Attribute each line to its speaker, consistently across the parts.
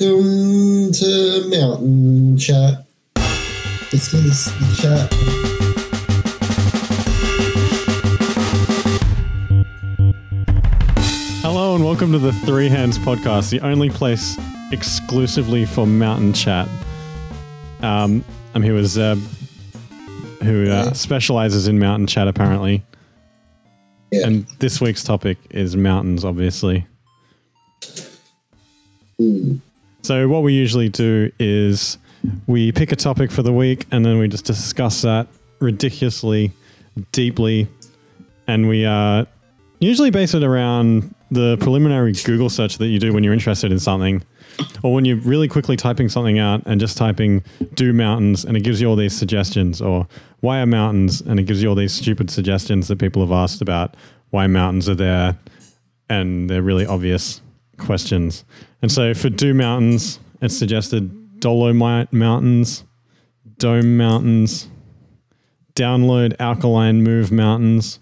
Speaker 1: Welcome to Mountain Chat. This is the chat.
Speaker 2: Hello and welcome to the Three Hands Podcast, the only place exclusively for mountain chat. Um, I'm here with Zeb, who uh, specializes in mountain chat apparently.
Speaker 1: Yeah.
Speaker 2: And this week's topic is mountains, obviously. So, what we usually do is we pick a topic for the week and then we just discuss that ridiculously deeply. And we uh, usually base it around the preliminary Google search that you do when you're interested in something, or when you're really quickly typing something out and just typing "do mountains" and it gives you all these suggestions, or "why are mountains" and it gives you all these stupid suggestions that people have asked about why mountains are there, and they're really obvious questions. And so for "do mountains," it's suggested Dolomite Mountains, Dome Mountains, Download Alkaline Move Mountains.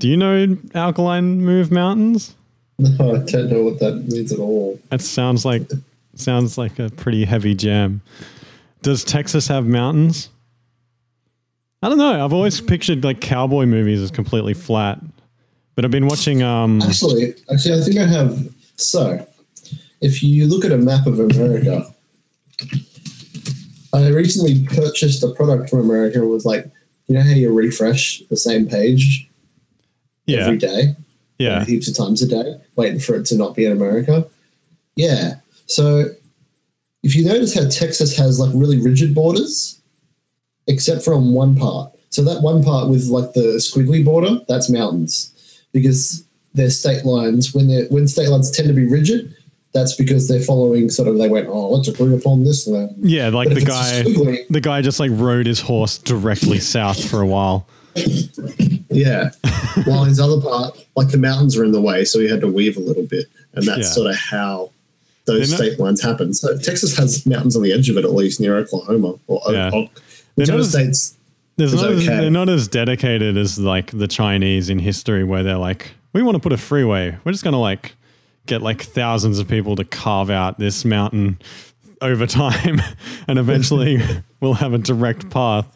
Speaker 2: Do you know alkaline move mountains?
Speaker 1: No, I don't know what that means at all.
Speaker 2: That sounds like sounds like a pretty heavy jam. Does Texas have mountains? I don't know. I've always pictured like cowboy movies as completely flat. But I've been watching um
Speaker 1: Actually, actually, I think I have. So, if you look at a map of America, I recently purchased a product from America. It was like, you know how you refresh the same page
Speaker 2: yeah,
Speaker 1: every day?
Speaker 2: yeah.
Speaker 1: heaps of times a day, waiting for it to not be in America. Yeah. So if you notice how Texas has like really rigid borders, except for on one part. So that one part with like the squiggly border, that's mountains, because their state lines when they are when state lines tend to be rigid, that's because they're following sort of they went oh let's agree upon this land.
Speaker 2: Yeah, like
Speaker 1: But
Speaker 2: the
Speaker 1: if it's
Speaker 2: guy
Speaker 1: squiggly-
Speaker 2: the guy just like rode his horse directly south for a while.
Speaker 1: Yeah.
Speaker 3: While his other part, like the mountains are in the way, so he had to weave a little bit. And that's
Speaker 2: Yeah.
Speaker 3: sort of how those
Speaker 2: They're not-
Speaker 3: state lines happen. So Texas has mountains on the edge of it, at least near Oklahoma or
Speaker 2: Yeah.
Speaker 3: yeah.
Speaker 2: They're
Speaker 3: Which
Speaker 2: not
Speaker 3: other
Speaker 2: as-
Speaker 3: states,
Speaker 2: There's
Speaker 3: It's
Speaker 2: not as,
Speaker 3: okay.
Speaker 2: they're not as dedicated as like the Chinese in history, where they're like, we want to put a freeway. We're just going to like get like thousands of people to carve out this mountain over time, and eventually we'll have a direct path.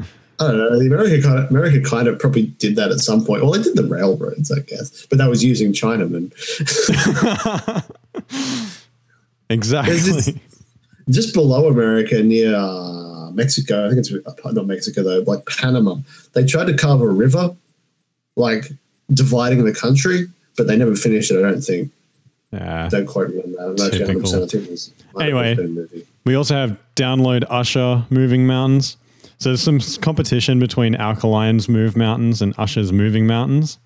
Speaker 3: I don't know, the America kind, of, America kind of probably did that at some point. Well, they did the railroads, I guess, but that was using Chinamen.
Speaker 2: Exactly.
Speaker 3: Just below America, near uh, Mexico, I think it's uh, not Mexico though, like Panama, they tried to carve a river, like dividing the country, but they never finished it, I don't think.
Speaker 2: Yeah.
Speaker 3: don't quite remember that. I'm not actually
Speaker 2: Typical.
Speaker 3: 100%. I think it was might have
Speaker 2: Anyway.
Speaker 3: been a movie.
Speaker 2: We also have download Usher moving mountains. So there's some s- competition between Alkaline's move mountains and Usher's moving mountains.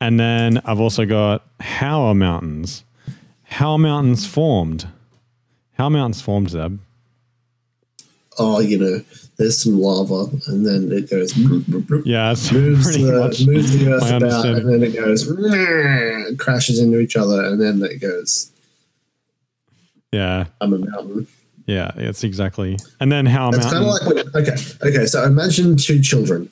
Speaker 2: And then I've also got How are mountains? How are mountains formed? How are mountains formed, Zeb?
Speaker 3: Oh, you know, there's some lava, and then it goes broop, broop, broop,
Speaker 2: Yeah, it's
Speaker 3: moves, uh,
Speaker 2: pretty
Speaker 3: the,
Speaker 2: much
Speaker 3: moves the earth
Speaker 2: my
Speaker 3: about,
Speaker 2: understanding.
Speaker 3: and then it goes "Rrrr," crashes into each other, and then it goes.
Speaker 2: Yeah,
Speaker 3: I'm a mountain.
Speaker 2: yeah, it's exactly. And then How are
Speaker 3: It's kind of
Speaker 2: mountains?
Speaker 3: like when, okay, okay. So imagine two children.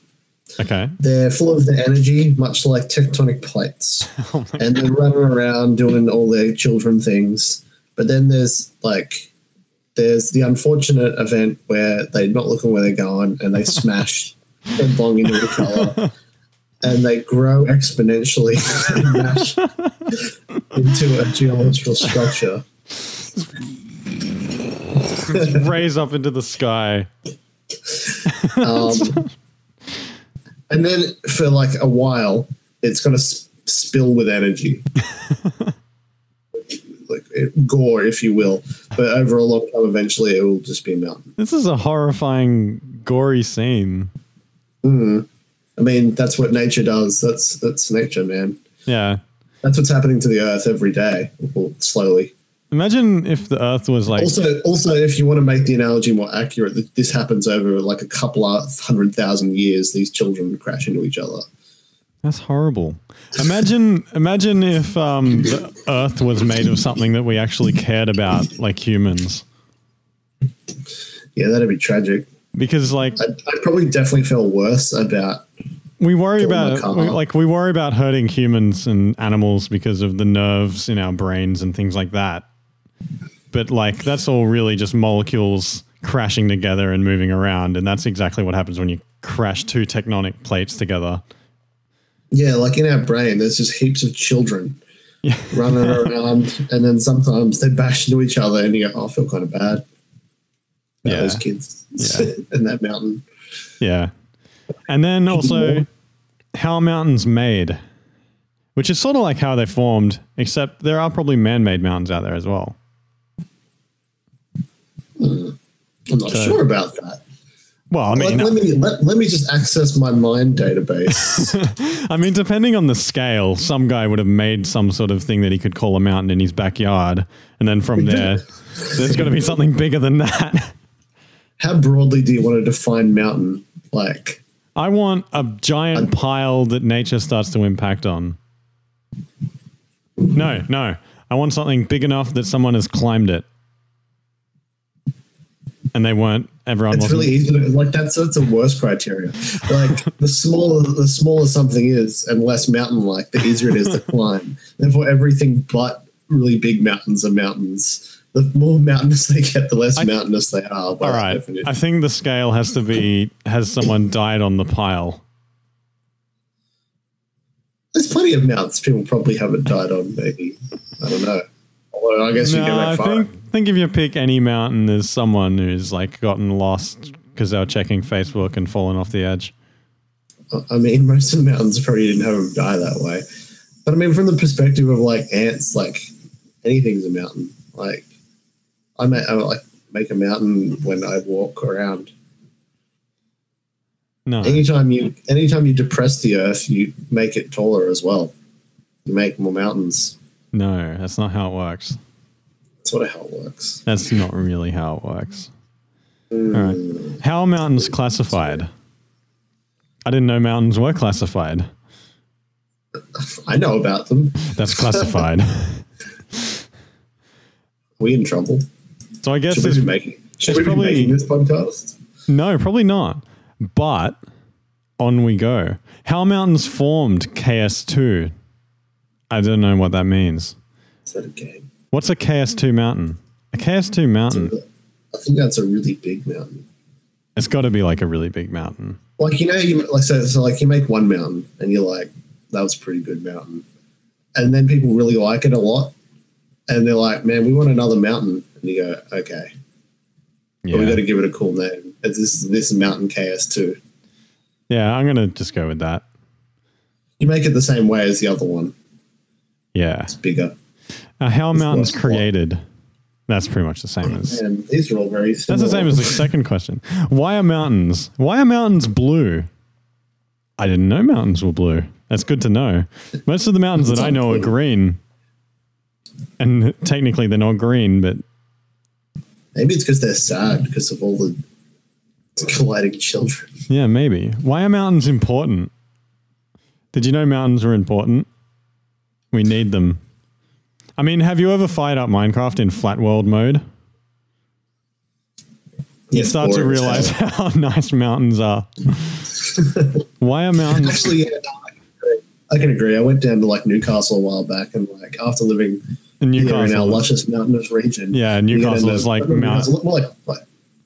Speaker 2: okay.
Speaker 3: They're full of their energy, much like tectonic plates,
Speaker 2: Oh my
Speaker 3: and they're running around doing all their children things. But then there's like there's the unfortunate event where they're not looking where they're going and they smash headlong into each other and they grow exponentially and mash into a geometrical structure.
Speaker 2: It's raised up into the sky.
Speaker 3: Um, and then for like a while, it's going to sp- spill with energy. like it, gore, if you will. But over a long time, eventually, it will just be a mountain.
Speaker 2: This is a horrifying, gory scene.
Speaker 3: I mean, that's what nature does. That's that's nature, man.
Speaker 2: Yeah.
Speaker 3: That's what's happening to the Earth every day, well, slowly.
Speaker 2: Imagine if the Earth was like
Speaker 3: Also, also, if you want to make the analogy more accurate, th- this happens over like a couple of hundred thousand years. These children crash into each other.
Speaker 2: That's horrible. Imagine, imagine if um, the Earth was made of something that we actually cared about, like humans.
Speaker 3: Yeah, that'd be tragic.
Speaker 2: Because, like,
Speaker 3: I'd, I'd probably definitely feel worse about
Speaker 2: we worry
Speaker 3: Go in
Speaker 2: about
Speaker 3: my
Speaker 2: it,
Speaker 3: car.
Speaker 2: we- like we worry about hurting humans and animals because of the nerves in our brains and things like that. But like that's all really just molecules crashing together and moving around, and that's exactly what happens when you crash two tectonic plates together.
Speaker 3: Yeah, like in our brain, there's just heaps of children
Speaker 2: Yeah.
Speaker 3: running around, and then sometimes they bash into each other, and you go, "Oh, I feel kind of bad." about
Speaker 2: Yeah.
Speaker 3: those kids
Speaker 2: Yeah.
Speaker 3: in that mountain.
Speaker 2: Yeah. And then also how are mountains made? Which is sort of like how they formed, except there are probably man-made mountains out there as well.
Speaker 3: I'm not
Speaker 2: So-
Speaker 3: sure about that.
Speaker 2: Well, I
Speaker 3: Let,
Speaker 2: mean,
Speaker 3: let me let, let me just access my mind database.
Speaker 2: I mean, depending on the scale, some guy would have made some sort of thing that he could call a mountain in his backyard, and then from there, there's got to be something bigger than that.
Speaker 3: How broadly do you want to define mountain? Like,
Speaker 2: I want a giant pile that nature starts to impact on. No, no, I want something big enough that someone has climbed it, and they weren't. Everyone
Speaker 3: it's
Speaker 2: wasn't.
Speaker 3: really easy. To, like that's that's a worse criteria. Like the smaller the smaller something is, and less mountain like, the easier it is to climb. Therefore, everything but really big mountains are mountains. The more mountainous they get, the less mountainous they are. By
Speaker 2: All
Speaker 3: that
Speaker 2: right,
Speaker 3: definition.
Speaker 2: I think the scale has to be has someone died on the pile.
Speaker 3: There's plenty of mounts people probably haven't died on, maybe. I don't know. Although I guess you go
Speaker 2: No,
Speaker 3: back
Speaker 2: I
Speaker 3: far.
Speaker 2: think think if you pick any mountain, there's someone who's like gotten lost because they were checking Facebook and fallen off the edge.
Speaker 3: I mean, most of the mountains probably didn't have them die that way. But I mean, from the perspective of like ants, like anything's a mountain. Like I make, I like make a mountain when I walk around.
Speaker 2: No,
Speaker 3: Anytime you, anytime you depress the earth, you make it taller as well. You make more mountains.
Speaker 2: no, that's not how it works.
Speaker 3: That's what how it works.
Speaker 2: That's not really how it works. All right, how are mountains classified? I didn't know mountains were classified.
Speaker 3: I know about them.
Speaker 2: That's classified.
Speaker 3: We in trouble?
Speaker 2: so I guess
Speaker 3: Should we
Speaker 2: it's,
Speaker 3: be making? Should
Speaker 2: it's
Speaker 3: we be
Speaker 2: probably-
Speaker 3: making this podcast?
Speaker 2: no, probably not. But on we go. How are mountains formed? KS2. I don't know what that means.
Speaker 3: Is that a game?
Speaker 2: What's a KS2 mountain? A KS2 mountain.
Speaker 3: I think that's a really big mountain.
Speaker 2: It's got to be like a really big mountain.
Speaker 3: Like you know, you like so, so like you make one mountain and you're like, that was a pretty good mountain, and then people really like it a lot, and they're like, man, we want another mountain, and you go, okay, but we got
Speaker 2: Yeah.
Speaker 3: to give it a cool name. It's this this is mountain KS two.
Speaker 2: Yeah, I'm going to just go with that.
Speaker 3: You make it the same way as the other one.
Speaker 2: Yeah.
Speaker 3: It's bigger.
Speaker 2: Uh, how are mountains
Speaker 3: last one.
Speaker 2: created? That's pretty much the same as.
Speaker 3: And these are all very.
Speaker 2: That's
Speaker 3: Similar.
Speaker 2: the same as the second question. Why are mountains? Why are mountains blue? I didn't know mountains were blue. That's good to know. Most of the mountains that I know are green. And technically they're not green, but
Speaker 3: Maybe it's because they're sad because of all the colliding children.
Speaker 2: yeah, maybe. Why are mountains important? Did you know mountains are important? We need them. I mean, have you ever fired up Minecraft in flat world mode? You
Speaker 3: It's
Speaker 2: start to
Speaker 3: boring as
Speaker 2: realize
Speaker 3: hell.
Speaker 2: how nice mountains are. Why are mountains
Speaker 3: Actually, yeah, no, I can agree. I can agree. I went down to like Newcastle a while back, and like after living
Speaker 2: in
Speaker 3: here in our
Speaker 2: Newcastle?
Speaker 3: luscious mountainous region,
Speaker 2: Yeah,
Speaker 3: you get
Speaker 2: Newcastle
Speaker 3: into-
Speaker 2: is like
Speaker 3: not Newcastle, more like, like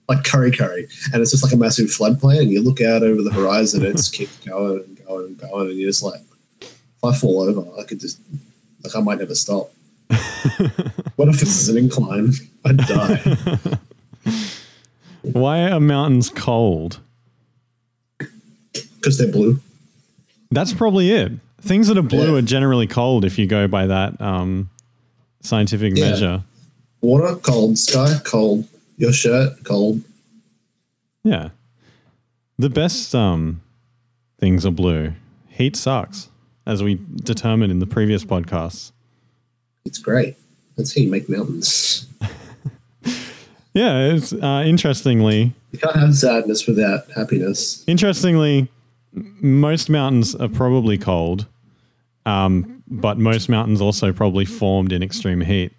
Speaker 3: like curry curry, and it's just like a massive floodplain, and you look out over the horizon, and it just keeps going and going and going, and you're just like, if I fall over, I could just like I might never stop. what if this is an incline? I'd die.
Speaker 2: Why are mountains cold?
Speaker 3: Because they're blue.
Speaker 2: That's probably it. Things that are blue
Speaker 3: Yeah.
Speaker 2: are generally cold if you go by that um, scientific
Speaker 3: Yeah.
Speaker 2: measure.
Speaker 3: Water, cold, sky, cold, your shirt, cold.
Speaker 2: Yeah. The best um, things are blue. Heat sucks, as we determined in the previous podcasts.
Speaker 3: It's great. That's how you make mountains.
Speaker 2: Yeah, it's uh, interestingly,
Speaker 3: You can't have sadness without happiness.
Speaker 2: Interestingly, m- most mountains are probably cold, um, but most mountains also probably formed in extreme heat.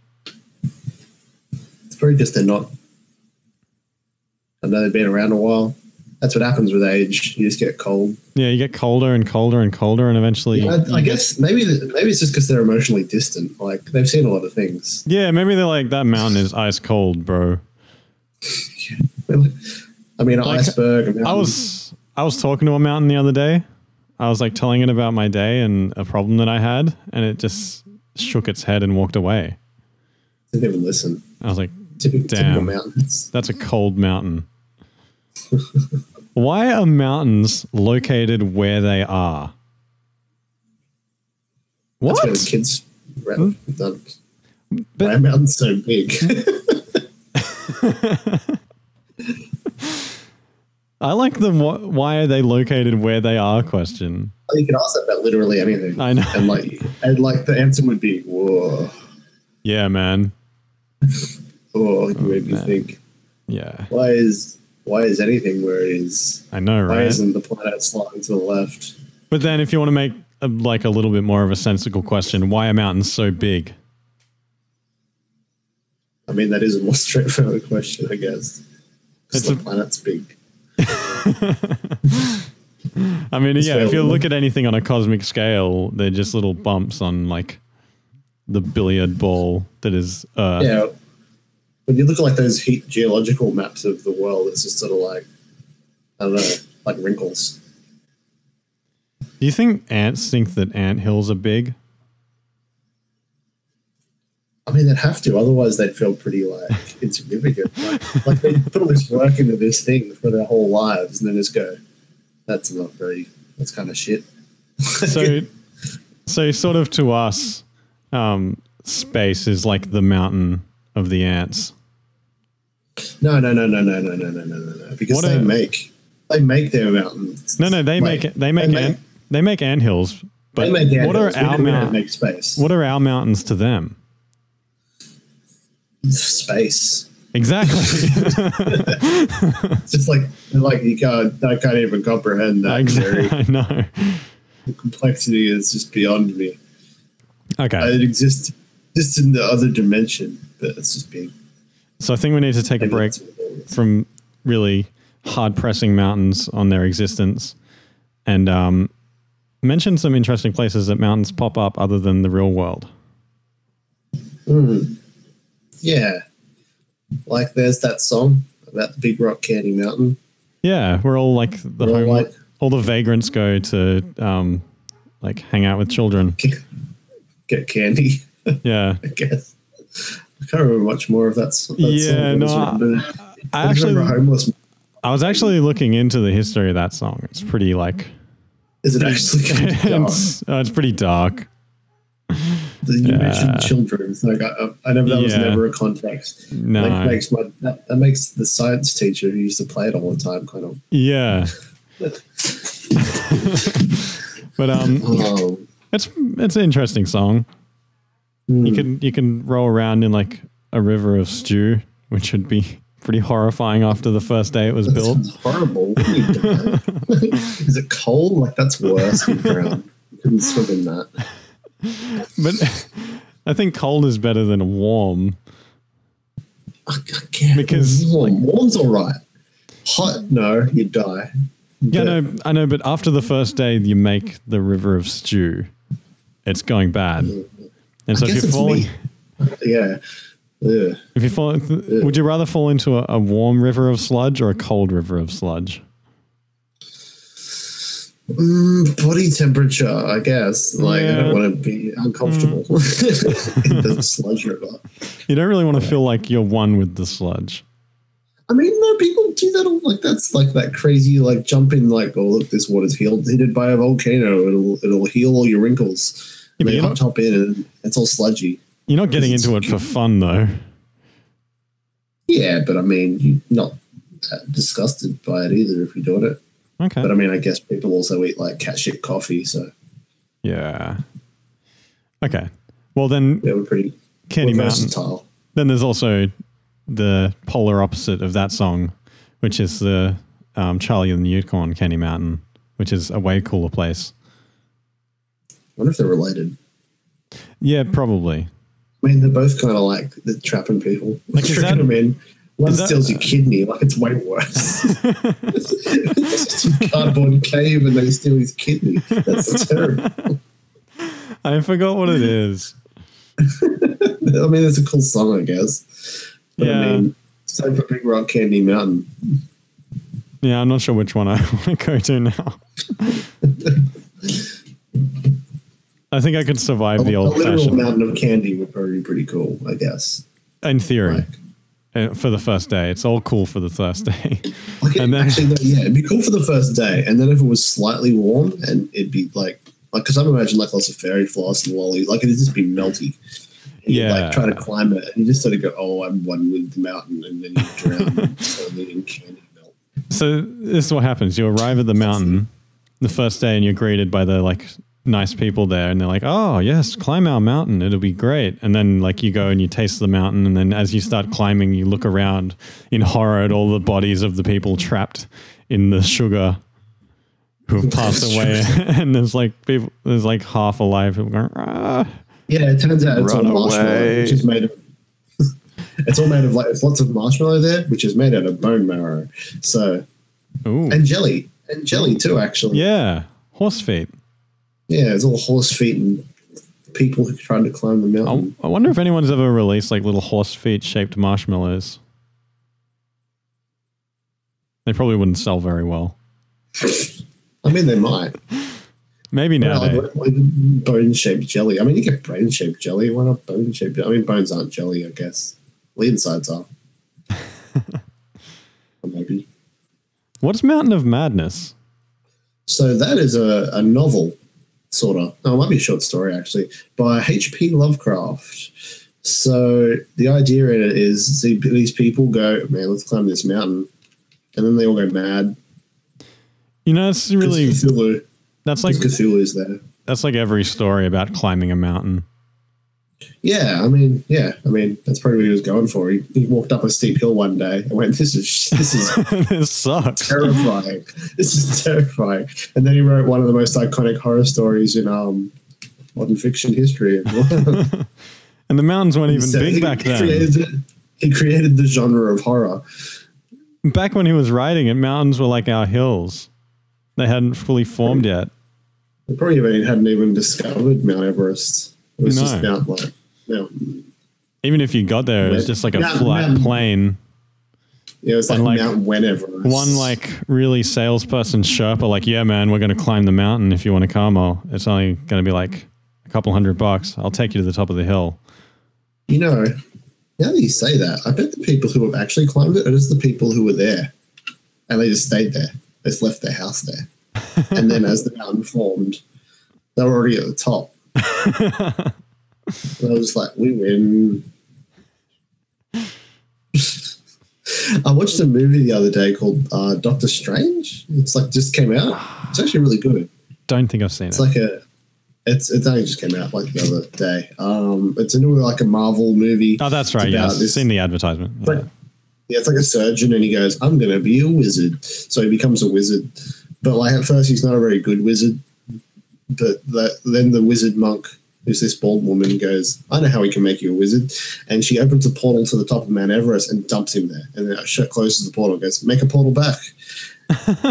Speaker 3: It's probably just they're not. I know they've been around a while. That's what happens with age. You just get cold.
Speaker 2: Yeah, you get colder and colder and colder, and eventually,
Speaker 3: I, I guess maybe maybe it's just because they're emotionally distant. Like they've seen a lot of things.
Speaker 2: yeah, maybe they're like that mountain is ice cold, bro.
Speaker 3: I mean, an iceberg.
Speaker 2: I was I was talking to a mountain the other day. I was like telling it about my day and a problem that I had, and it just shook its head and walked away.
Speaker 3: didn't even listen.
Speaker 2: I was like,
Speaker 3: Typical, typical
Speaker 2: Damn.
Speaker 3: mountains.
Speaker 2: "That's a cold mountain." Why are mountains located where they are?
Speaker 3: That's where
Speaker 2: What? Hmm?
Speaker 3: the kids ran. Done.
Speaker 2: But-
Speaker 3: Why are mountains so big?
Speaker 2: I like the wh- why are they located where they are question.
Speaker 3: you can ask that about literally anything.
Speaker 2: I know.
Speaker 3: And like, and like the answer would be, whoa,
Speaker 2: Yeah, man.
Speaker 3: whoa.
Speaker 2: Oh,
Speaker 3: You made me think.
Speaker 2: Yeah,
Speaker 3: Why is why is anything where it is?
Speaker 2: I know,
Speaker 3: Why
Speaker 2: right?
Speaker 3: isn't the planet sliding to the left?
Speaker 2: But then, if you want to make a, like a little bit more of a sensical question, why are mountains so big?
Speaker 3: I mean, that is a more straightforward question, I guess.
Speaker 2: It's
Speaker 3: Because the
Speaker 2: a-
Speaker 3: planet's big.
Speaker 2: I mean, yeah,
Speaker 3: fair,
Speaker 2: if you
Speaker 3: wouldn't
Speaker 2: look at anything on a cosmic scale, they're just little bumps on like the billiard ball that is Earth.
Speaker 3: Yeah. When you look at like those heat geological maps of the world, it's just sort of like I don't know, like wrinkles.
Speaker 2: Do you think ants think that ant hills are big?
Speaker 3: I mean, they'd have to, otherwise they'd feel pretty like insignificant. Like, like they put all this work into this thing for their whole lives, and then just go, "That's not very. That's kind of shit."
Speaker 2: So, so sort of to us, um, space is like the mountain of the ants.
Speaker 3: No, no, no, no, no, no, no, no, no, no, no. Because
Speaker 2: What
Speaker 3: they
Speaker 2: a-
Speaker 3: make they make their mountains.
Speaker 2: No, no, they
Speaker 3: Like,
Speaker 2: make they make
Speaker 3: they
Speaker 2: ant, they make ant hills. But
Speaker 3: They make
Speaker 2: what
Speaker 3: animals.
Speaker 2: are our
Speaker 3: we, don't- we don't
Speaker 2: mountains?
Speaker 3: make space?
Speaker 2: What are our mountains to them?
Speaker 3: space?
Speaker 2: Exactly.
Speaker 3: It's just like like you can't I can't even comprehend that.
Speaker 2: exactly. I know.
Speaker 3: The complexity is just beyond me.
Speaker 2: Okay.
Speaker 3: It exists just in the other dimension, but it's just being
Speaker 2: So I think we need to take a break from really hard pressing mountains on their existence and um, mention some interesting places that mountains pop up other than the real world.
Speaker 3: Yeah, like there's that song about the Big Rock Candy Mountain.
Speaker 2: Yeah, we're all like the
Speaker 3: We're all
Speaker 2: home,
Speaker 3: like-
Speaker 2: all the vagrants go to um, like hang out with children.
Speaker 3: Get candy,
Speaker 2: Yeah.
Speaker 3: I guess. I can't remember much more of that. s- that
Speaker 2: Yeah,
Speaker 3: song
Speaker 2: no,
Speaker 3: I,
Speaker 2: I
Speaker 3: actually
Speaker 2: actually,
Speaker 3: remember homeless.
Speaker 2: I was actually looking into the history of that song. It's pretty like,
Speaker 3: Is it actually? Oh,
Speaker 2: it's, uh, it's pretty dark.
Speaker 3: you mentioned children. It's Like I, I- I know that was
Speaker 2: Yeah.
Speaker 3: never a context.
Speaker 2: No.
Speaker 3: Like, makes my that, that makes the science teacher who used to play it all the time kind of
Speaker 2: Yeah. but um
Speaker 3: oh
Speaker 2: it's it's an interesting song.
Speaker 3: Hmm.
Speaker 2: You can you can roll around in like a river of stew, which would be pretty horrifying after the first day it was built.
Speaker 3: sounds horrible. What are you doing? Is it cold? Like that's worse than brown. You couldn't swim in that.
Speaker 2: But I think cold is better than warm.
Speaker 3: I I can't.
Speaker 2: Because,
Speaker 3: warm, warm's all right. Hot, no, you die.
Speaker 2: Yeah, I know I know, but after the first day you make the river of stew, it's going bad. And so
Speaker 3: guess
Speaker 2: if you're
Speaker 3: it's
Speaker 2: falling
Speaker 3: me. Yeah. Ugh.
Speaker 2: if you fall would you rather fall into a, a warm river of sludge or a cold river of sludge?
Speaker 3: Mm, body temperature, I guess. Like I
Speaker 2: Yeah. Mm.
Speaker 3: don't want to be uncomfortable in the sludge river.
Speaker 2: You don't really want to feel like you're one with the sludge.
Speaker 3: I mean, no, people do that all. Like that's like that crazy, like jumping, like oh look, this water's healed, heated by a volcano. It'll it'll heal all your wrinkles.
Speaker 2: Yeah,
Speaker 3: And
Speaker 2: but
Speaker 3: they
Speaker 2: you're
Speaker 3: hop
Speaker 2: not-
Speaker 3: top in, and it's all sludgy.
Speaker 2: You're not getting into it for fun though.
Speaker 3: Yeah, but I mean, you're not that disgusted by it either if you do it.
Speaker 2: Okay.
Speaker 3: But I mean, I guess people also eat like cat shit coffee, so
Speaker 2: Yeah. Okay. Well then
Speaker 3: they were pretty
Speaker 2: Candy Mountain.
Speaker 3: versatile.
Speaker 2: Then there's also the polar opposite of that song, which is the um, Charlie and the Unicorn Candy Mountain, which is a way cooler place.
Speaker 3: I wonder if they're related.
Speaker 2: Yeah, probably.
Speaker 3: I mean, they're both kind of like they're trapping people,
Speaker 2: Like, is
Speaker 3: tricking
Speaker 2: that-
Speaker 3: them in. One
Speaker 2: Is that-
Speaker 3: steals your kidney, like it's way worse. it's just a cardboard cave and they steal his kidney. That's terrible.
Speaker 2: I forgot what it is.
Speaker 3: I mean, it's a cool song, I guess. But
Speaker 2: Yeah.
Speaker 3: I mean, same for Big Rock Candy Mountain.
Speaker 2: Yeah, I'm not sure which one I want to go to now. I think I could survive the
Speaker 3: a
Speaker 2: old
Speaker 3: literal
Speaker 2: fashioned
Speaker 3: mountain of candy would probably be pretty cool, I guess.
Speaker 2: in theory
Speaker 3: Like,
Speaker 2: uh, for the first day. It's all cool for the first day.
Speaker 3: like
Speaker 2: And then-
Speaker 3: actually, no, yeah, it'd be cool for the first day, and then if it was slightly warm, and it'd be like, like because I imagine like lots of fairy floss and lollies, like it'd just be melty. And you'd,
Speaker 2: Yeah.
Speaker 3: like try to climb it, and you just sort of go, "Oh, I'm one with the mountain," and then you drown and slowly in candy melt.
Speaker 2: So this is what happens. You arrive at the mountain the first day and you're greeted by the like nice people there and they're like, "Oh, yes, climb our mountain. It'll be great." And then like you go and you taste the mountain and then as you start climbing, you look around in horror at all the bodies of the people trapped in the sugar who have passed away and there's like people there's like half alive people going, "Ah."
Speaker 3: Yeah, it turns out it's
Speaker 2: Run
Speaker 3: all marshmallow,
Speaker 2: away.
Speaker 3: which is made of. it's all made of like there's lots of marshmallow there, which is made out of bone marrow. So
Speaker 2: Ooh.
Speaker 3: and jelly and jelly too, actually.
Speaker 2: Yeah. Horse feet.
Speaker 3: Yeah, it's all horse feet and people who tried to climb the
Speaker 2: I,
Speaker 3: mountain.
Speaker 2: I wonder if anyone's ever released like little horse feet shaped marshmallows. They probably wouldn't sell very well. Oh.
Speaker 3: I mean, they might.
Speaker 2: Maybe now.
Speaker 3: Like, what- like bone shaped jelly. I mean, you get brain shaped jelly. Why not bone shaped? I mean, bones aren't jelly, I guess. The insides are. Or Maybe.
Speaker 2: What's Mountain of Madness?
Speaker 3: So that is a, a novel, sort of. No, it might be a short story, actually, by H.P. Lovecraft. So the idea in it is the- these people go, man, let's climb this mountain. And then they all go mad.
Speaker 2: You know, it's
Speaker 3: 'cause
Speaker 2: really
Speaker 3: Cthulhu,
Speaker 2: that's like
Speaker 3: 'cause Cthulhu's there.
Speaker 2: that's like every story about climbing a mountain.
Speaker 3: Yeah, I mean, yeah, I mean, that's probably what he was going for. He, he walked up a steep hill one day and went, "This is this is
Speaker 2: this sucks.
Speaker 3: terrifying. this is terrifying." And then he wrote one of the most iconic horror stories in um, modern fiction history.
Speaker 2: And the mountains weren't even
Speaker 3: So
Speaker 2: big
Speaker 3: he
Speaker 2: back then.
Speaker 3: Created, he created the genre of horror.
Speaker 2: Back when he was writing it, mountains were like our hills. They hadn't fully formed yet.
Speaker 3: They probably even hadn't even discovered Mount Everest. It was just
Speaker 2: No.
Speaker 3: Mount like Mount.
Speaker 2: Even if you got there, it was just like a
Speaker 3: Mountain-
Speaker 2: flat
Speaker 3: mountain.
Speaker 2: plain.
Speaker 3: Yeah, it was like,
Speaker 2: And, like,
Speaker 3: Mount Whenever.
Speaker 2: one like really salesperson sherpa like yeah man we're going to climb the mountain if you want to camo it's only going to be like a couple hundred bucks i'll take you to the top of the hill
Speaker 3: You know, now that you say that, I bet the people who have actually climbed it are just the people who were there and they just stayed there. They just left their house there. and then as the mountain formed, they were already at the top. and I was like, we win. I watched a movie the other day called uh, Doctor Strange. It's like just came out. It's actually really good.
Speaker 2: don't think i've seen
Speaker 3: It's
Speaker 2: it
Speaker 3: like a. It's, it's only just came out like the other day. Um, it's a new like a Marvel movie.
Speaker 2: oh that's
Speaker 3: It's
Speaker 2: right yeah
Speaker 3: about
Speaker 2: i've
Speaker 3: this-
Speaker 2: seen the advertisement
Speaker 3: it's like, yeah, it's like a surgeon, and he goes, "I'm going to be a wizard." So he becomes a wizard, but like at first he's not a very good wizard. But the, then the wizard monk, who's this bald woman, goes, "I know how we can make you a wizard," and she opens a portal to the top of Mount Everest and dumps him there. And then she closes the portal, and goes, "Make a portal back."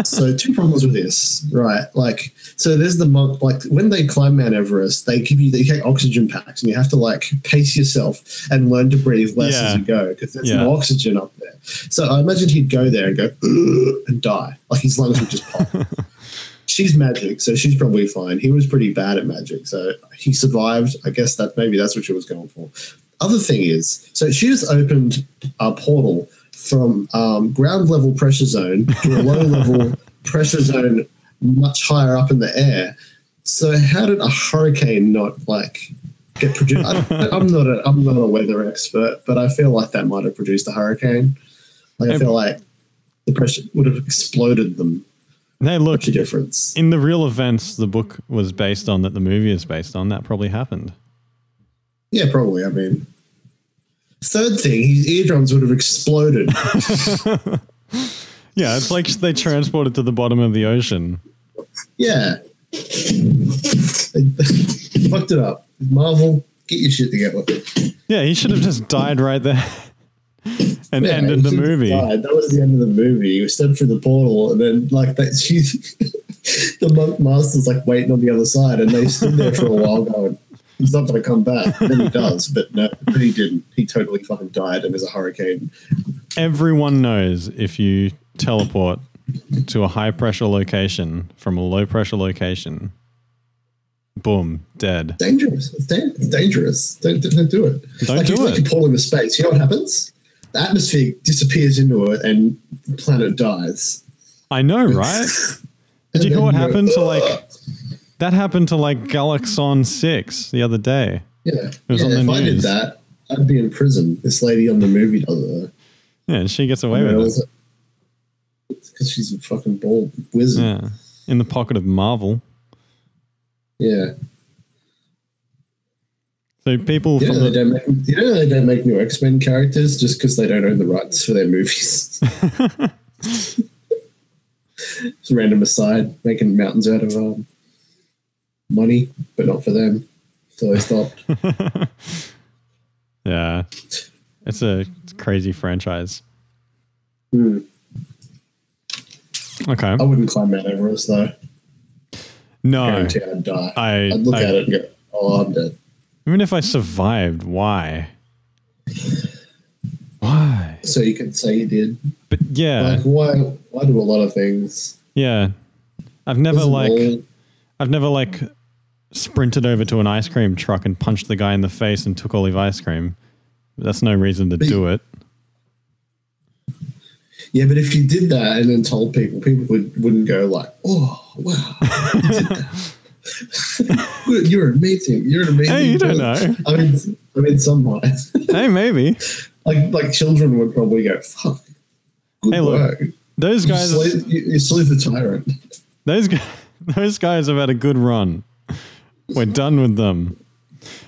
Speaker 3: so two problems with this, right? Like, so there's the monk. Like when they climb Mount Everest, they give you they take oxygen packs, and you have to like pace yourself and learn to breathe less
Speaker 2: Yeah.
Speaker 3: as you go because there's
Speaker 2: Yeah.
Speaker 3: no oxygen up there. So I imagine he'd go there and go "Ugh," and die, like his lungs would just pop. she's magic, so she's probably fine. He was pretty bad at magic, so he survived. I guess that maybe that's what she was going for. Other thing is, so she just opened a portal from um, ground level pressure zone to a low level pressure zone much higher up in the air. So how did a hurricane not like get produced? I, don't- I'm not a I'm not a weather expert, but I feel like that might have produced a hurricane. Like I feel like the pressure would have exploded them.
Speaker 2: hey look
Speaker 3: What's the difference?
Speaker 2: in the real events the book was based on that the movie is based on that probably happened
Speaker 3: Yeah, probably. I mean, third thing, his eardrums would have exploded.
Speaker 2: yeah it's like they transported to the bottom of the ocean
Speaker 3: yeah, fucked it up. Marvel, get your shit together.
Speaker 2: yeah he should have just died right there and and
Speaker 3: Yeah,
Speaker 2: ended
Speaker 4: It
Speaker 2: the
Speaker 4: was
Speaker 2: movie.
Speaker 4: inside. That was the end of the movie. You stepped through the portal, and then like that, she, the monk master's like waiting on the other side, and they stood there for a while going, "He's not going to come back." And then he does, but no, but he didn't. He totally fucking died, and there's a hurricane.
Speaker 2: Everyone knows if you teleport to a high pressure location from a low pressure location, boom, dead.
Speaker 3: dangerous. It's, dan- it's dangerous. Don't, don't, don't do it.
Speaker 2: Don't
Speaker 3: like
Speaker 2: do
Speaker 3: you, Like you
Speaker 2: it.
Speaker 3: pull into space. You know what happens? The atmosphere disappears into it, and the planet dies.
Speaker 2: I know, right? Do you
Speaker 3: And
Speaker 2: know what
Speaker 3: then you're-
Speaker 2: happened to like that happened to like Galaxon Six the other day?
Speaker 3: Yeah,
Speaker 2: was
Speaker 3: yeah.
Speaker 2: on the
Speaker 3: if I did
Speaker 2: news.
Speaker 3: that, I'd be in prison. This lady on the movie does it.
Speaker 2: Yeah, and she gets away with it.
Speaker 3: Because she's a fucking bald wizard.
Speaker 2: Yeah, in the pocket of Marvel.
Speaker 3: Yeah.
Speaker 2: So people
Speaker 3: You
Speaker 2: from
Speaker 3: know, they
Speaker 2: the,
Speaker 3: don't make, you know they don't make new X Men characters just because they don't own the rights for their movies. just random aside, making mountains out of um, money, but not for them. So they stopped.
Speaker 2: yeah, it's a it's a crazy franchise.
Speaker 3: Hmm.
Speaker 2: Okay,
Speaker 3: I wouldn't climb Mount Everest though.
Speaker 2: no,
Speaker 3: Guarantee I'd die.
Speaker 2: I-
Speaker 3: would look
Speaker 2: I-
Speaker 3: at it and go, "Oh, I'm dead."
Speaker 2: even if I survived, why? Why?
Speaker 3: So you could say you did.
Speaker 2: But yeah,
Speaker 3: Like, why? Why do a lot of things?
Speaker 2: yeah, I've never
Speaker 3: Doesn't
Speaker 2: like.
Speaker 3: all-
Speaker 2: I've never like sprinted over to an ice cream truck and punched the guy in the face and took all his ice cream. That's no reason to do it.
Speaker 3: Yeah, but if you did that and then told people, people would, wouldn't go like, "Oh, wow, you did that." you're amazing. You're an amazing.
Speaker 2: Hey, you don't
Speaker 3: person."
Speaker 2: know.
Speaker 3: I mean, I mean, somewhat.
Speaker 2: Hey, maybe
Speaker 3: like, like children would probably go, "Fuck, good
Speaker 2: Hey, look,
Speaker 3: work."
Speaker 2: those
Speaker 3: You
Speaker 2: guys,
Speaker 3: slay, you, you slay the tyrant.
Speaker 2: those guys, those guys have had a good run. We're done with them.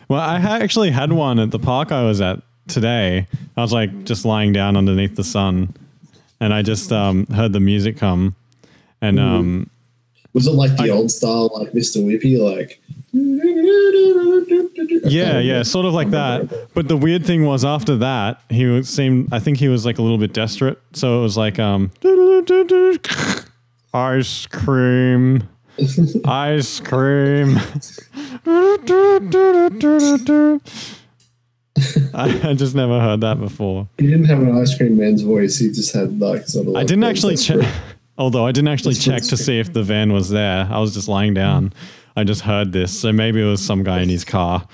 Speaker 2: Well, I ha- actually had one at the park I was at today. I was like just lying down underneath the sun, and I just um, heard the music come, and um,
Speaker 3: Was it like the old style, like Mr. Whippy, like?
Speaker 2: Yeah, yeah, sort of like that. But the weird thing was after that, he was- seemed. I think he was like a little bit desperate. So it was like um, ice cream, ice cream. I I just never heard that before.
Speaker 3: He didn't have an ice cream man's voice. He just had like sort of.
Speaker 2: I
Speaker 3: like,
Speaker 2: didn't
Speaker 3: the
Speaker 2: actually check.
Speaker 3: desperate-
Speaker 2: Although I didn't actually
Speaker 3: That's what
Speaker 2: check
Speaker 3: it's
Speaker 2: to
Speaker 3: for.
Speaker 2: see if the van was there. I was just lying down. I just heard this. So maybe it was some guy in his car.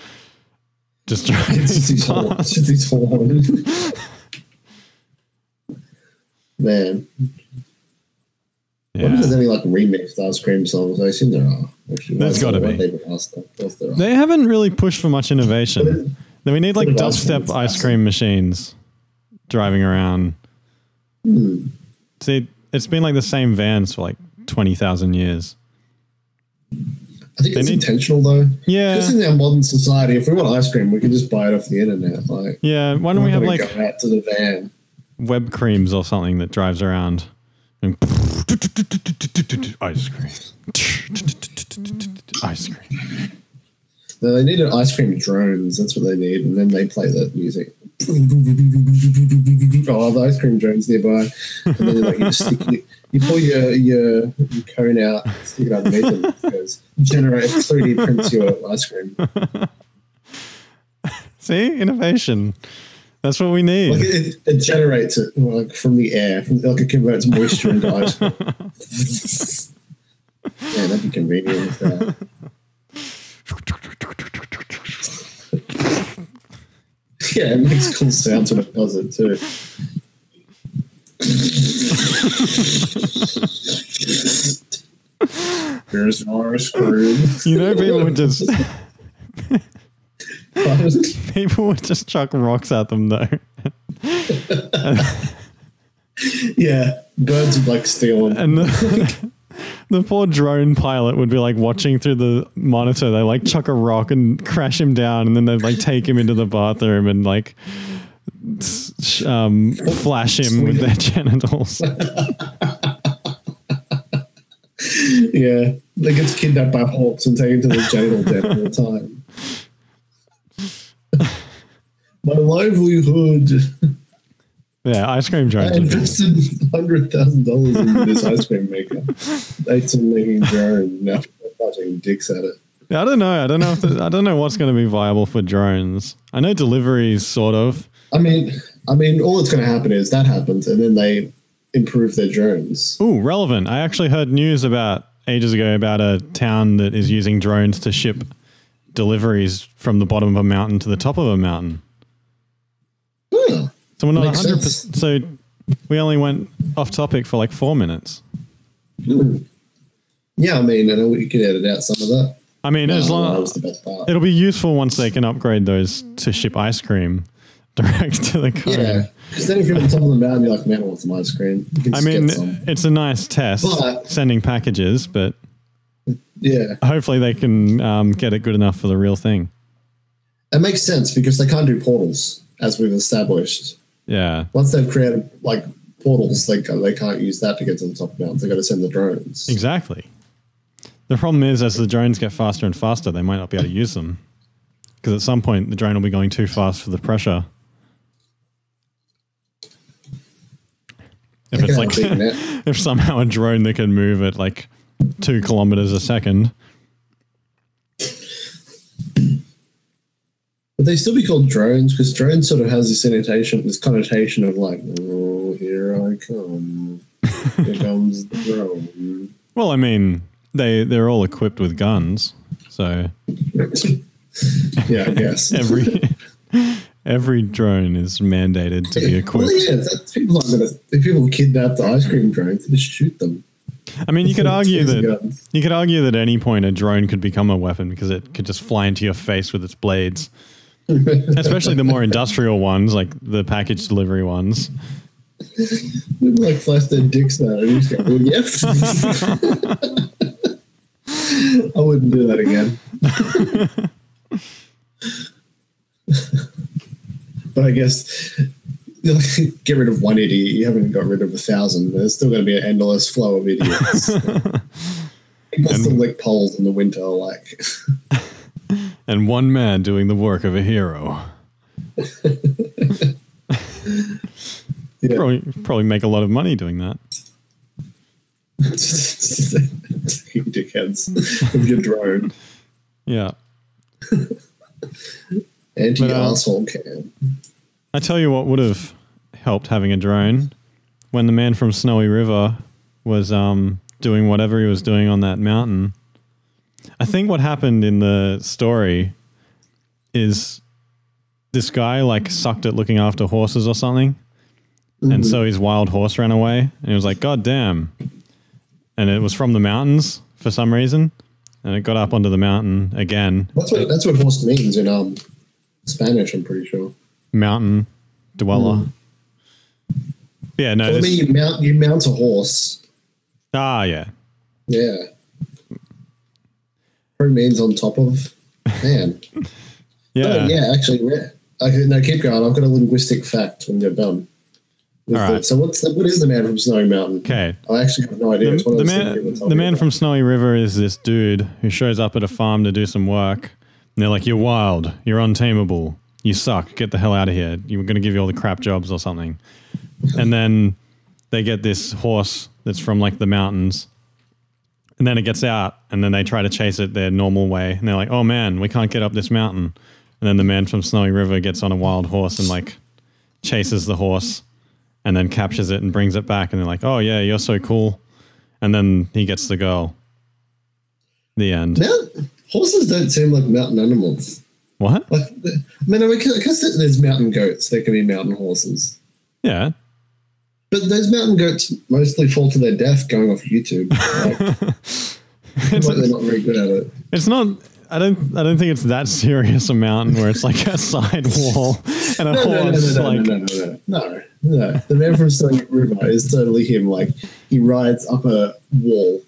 Speaker 2: Just trying
Speaker 3: It's
Speaker 2: to
Speaker 3: his horn. It's his horn. Man, I wonder if
Speaker 2: Yeah.
Speaker 3: there's any like remixed ice cream songs. I assume there are. uh, Actually,
Speaker 2: There's
Speaker 3: I
Speaker 2: gotta
Speaker 3: don't know
Speaker 2: be.
Speaker 3: why they even asked that. Yes, there are.
Speaker 2: They haven't really pushed for much innovation. Then we need like
Speaker 3: Put it ice cream,
Speaker 2: dubstep
Speaker 3: it's
Speaker 2: ice
Speaker 3: awesome.
Speaker 2: cream machines driving around. See, it's been like the same vans for like 20,000 years.
Speaker 3: I think it's
Speaker 2: need-
Speaker 3: intentional though.
Speaker 2: Yeah.
Speaker 3: Just in our modern society, if we want ice cream, we can just buy it off the internet. Like,
Speaker 2: Yeah, why
Speaker 3: we're
Speaker 2: don't Oh, we have
Speaker 3: gonna
Speaker 2: like
Speaker 3: go out to the van?
Speaker 2: web creams or something that drives around and ice cream. Ice cream.
Speaker 3: No, they needed ice cream drones. That's what they need, and then they play that music. Oh, the ice cream drones nearby, and then like you, just stick, you, you pull your, your your cone out, stick it underneath them. It goes generate three D prints your ice cream. Like
Speaker 2: See? Innovation. That's what we need.
Speaker 3: it, it, it generates it like from the air, from, like it converts moisture into ice cream. yeah, that'd be convenient. if, uh, yeah, it makes cool sounds when it does it too. There's an ice cream.
Speaker 2: You know people would just
Speaker 3: Just
Speaker 2: people would just chuck rocks at them though.
Speaker 3: yeah, birds would like stealing.
Speaker 2: And the, the poor drone pilot would be like watching through the monitor. They like chuck a rock and crash him down, and then they'd like take him into the bathroom and like s- sh- um, flash him with their genitals.
Speaker 3: Yeah, they gets kidnapped by hawks and taken to the jail den all the time. My livelihood.
Speaker 2: Yeah, ice cream
Speaker 3: I
Speaker 2: drones. are good.
Speaker 3: invested hundred thousand dollars into this ice cream maker. They still making drone now. Fucking dicks at it.
Speaker 2: Yeah, I don't know. I don't know. If the, I don't know what's going to be viable for drones. I know deliveries, sort of.
Speaker 3: I mean, I mean, all that's going to happen is that happens, and then they improve their drones.
Speaker 2: Ooh, relevant. I actually heard news about ages ago about a town that is using drones to ship deliveries from the bottom of a mountain to the top of a mountain.
Speaker 3: Huh.
Speaker 2: So we're not
Speaker 3: Makes
Speaker 2: 100%.
Speaker 3: sense.
Speaker 2: So we only went off topic for like four minutes.
Speaker 3: Yeah, I mean, I know we could edit out some of that.
Speaker 2: I mean, as
Speaker 3: Oh, that
Speaker 2: long
Speaker 3: was the best part.
Speaker 2: it'll be useful once they can upgrade those to ship ice cream direct to the car.
Speaker 3: Yeah, because then if you're on top of the mountain, you're like, man, I want some ice cream. You can
Speaker 2: I
Speaker 3: just
Speaker 2: mean,
Speaker 3: get some.
Speaker 2: it's a nice test
Speaker 3: But-
Speaker 2: sending packages, but
Speaker 3: yeah,
Speaker 2: hopefully they can um, get it good enough for the real thing.
Speaker 3: it makes sense because they can't do portals as we've established.
Speaker 2: Yeah,
Speaker 3: Once they've created like portals, they ca- they can't use that to get to the top of mountains. They got to send the drones.
Speaker 2: Mm. exactly. The problem is, as the drones get faster and faster, they might not be able to use them because at some point the drone will be going too fast for the pressure. If it's
Speaker 3: Yeah,
Speaker 2: like,
Speaker 3: big net.
Speaker 2: if somehow a drone that can move at like two kilometers a second,
Speaker 3: Would they still be called drones? Because drones sort of has this annotation, this connotation of like, oh, here I come. Here comes the drone.
Speaker 2: well, I mean, they they're all equipped with guns, so
Speaker 3: yeah, I guess.
Speaker 2: every every drone is mandated to be
Speaker 3: Well,
Speaker 2: equipped.
Speaker 3: yeah, that's, people aren't gonna. If people kidnap the ice cream drones, they just shoot them.
Speaker 2: I mean, you could argue
Speaker 3: Use
Speaker 2: that
Speaker 3: guns.
Speaker 2: you could argue that at any point a drone could become a weapon because it could just fly into your face with its blades. Especially the more industrial ones, like the package delivery ones.
Speaker 3: People like flash their dicks out and just go, well, yep. I wouldn't do that again. but I guess get rid of one idiot, you haven't got rid of a thousand. There's still going to be an endless flow of idiots. People still lick poles in the winter, like
Speaker 2: And one man doing the work of a hero.
Speaker 3: Yeah.
Speaker 2: Probably probably make a lot of money doing that.
Speaker 3: you dickheads with your drone.
Speaker 2: Yeah.
Speaker 3: Anti
Speaker 2: But, uh,
Speaker 3: asshole can.
Speaker 2: I tell you what would have helped having a drone when the man from Snowy River was um, doing whatever he was doing on that mountain. I think what happened in the story is this guy like sucked at looking after horses or something, and so his wild horse ran away, and he was like, "God damn!" And it was from the mountains for some reason, and it got up onto the mountain again.
Speaker 3: That's what that's what horse means in um Spanish. I'm pretty sure.
Speaker 2: Mountain dweller. Yeah, no.
Speaker 3: I
Speaker 2: this-
Speaker 3: mean, you mount you mount a horse.
Speaker 2: Ah, yeah.
Speaker 3: Oh, Yeah. Pro means on top of man.
Speaker 2: Yeah.
Speaker 3: Oh, yeah, actually, yeah. Okay, no, keep going. I've got a linguistic fact when you're done. With
Speaker 2: All right.
Speaker 3: the- So what's the, what is the man from Snowy Mountain?
Speaker 2: Okay.
Speaker 3: I actually have no idea.
Speaker 2: The,
Speaker 3: It's one
Speaker 2: the
Speaker 3: of those things
Speaker 2: man,
Speaker 3: people tell
Speaker 2: the
Speaker 3: me
Speaker 2: man
Speaker 3: about.
Speaker 2: from Snowy River is this dude who shows up at a farm to do some work. And they're like, You're wild. You're untamable. You suck. Get the hell out of here. You're going to give you all the crap jobs or something. And then they get this horse that's from like the mountains. And then it gets out. And then they try to chase it their normal way. And they're like, Oh man, we can't get up this mountain. And then the man from Snowy River gets on a wild horse and like chases the horse and then captures it and brings it back. And they're like, Oh yeah, you're so cool and then he gets the girl. The end.
Speaker 3: Mount- horses don't seem like mountain animals.
Speaker 2: What?
Speaker 3: Like, I mean, I guess that there's mountain goats. There can be mountain horses.
Speaker 2: Yeah.
Speaker 3: But those mountain goats mostly fall to their death going off YouTube. Like,
Speaker 2: It's,
Speaker 3: like they're not very good at it.
Speaker 2: it's not. I don't. I don't think it's that serious a mountain where it's like a side wall and a
Speaker 3: No, no, no, no,
Speaker 2: horse.
Speaker 3: no,
Speaker 2: like,
Speaker 3: no, no, no, no, no, no. The man from Stone River is totally him. Like he rides up a wall,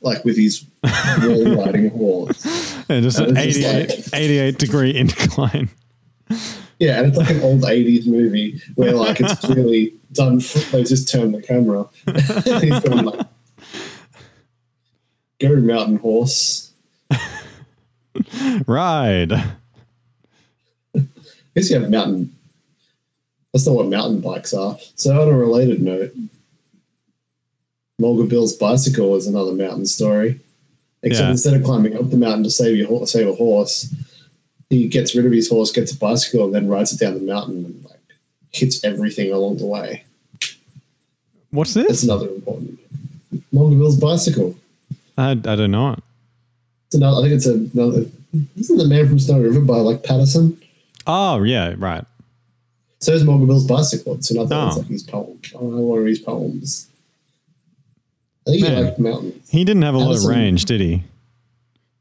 Speaker 3: like with his wall riding horse.
Speaker 2: yeah, just an
Speaker 3: No, it's just
Speaker 2: 88, 88 degree incline.
Speaker 3: Yeah, and it's like an old '80s movie where like it's clearly done. f- They just turn the camera. he's going like, "Go mountain horse."
Speaker 2: Ride.
Speaker 3: I guess you have mountain. I That's not what mountain bikes are. So, on a related note, Mulga Bill's bicycle is another mountain story. Except
Speaker 2: Yeah.
Speaker 3: instead of climbing up the mountain to save your hor save a horse, he gets rid of his horse, gets a bicycle, and then rides it down the mountain and like hits everything along the way.
Speaker 2: What's
Speaker 3: That's
Speaker 2: this?
Speaker 3: another important. Mulga Bill's bicycle.
Speaker 2: I, I don't know. it.
Speaker 3: It's another. I think it's another. Isn't the man from Snow River by like Patterson?
Speaker 2: Oh yeah, right.
Speaker 3: So is Morgan Bill's bicycle. It's another
Speaker 2: Oh.
Speaker 3: it's like his poem. Oh, another one of his poems. I think
Speaker 2: Man.
Speaker 3: he liked mountains.
Speaker 2: He didn't have a lot of
Speaker 3: Allison-
Speaker 2: range, did he?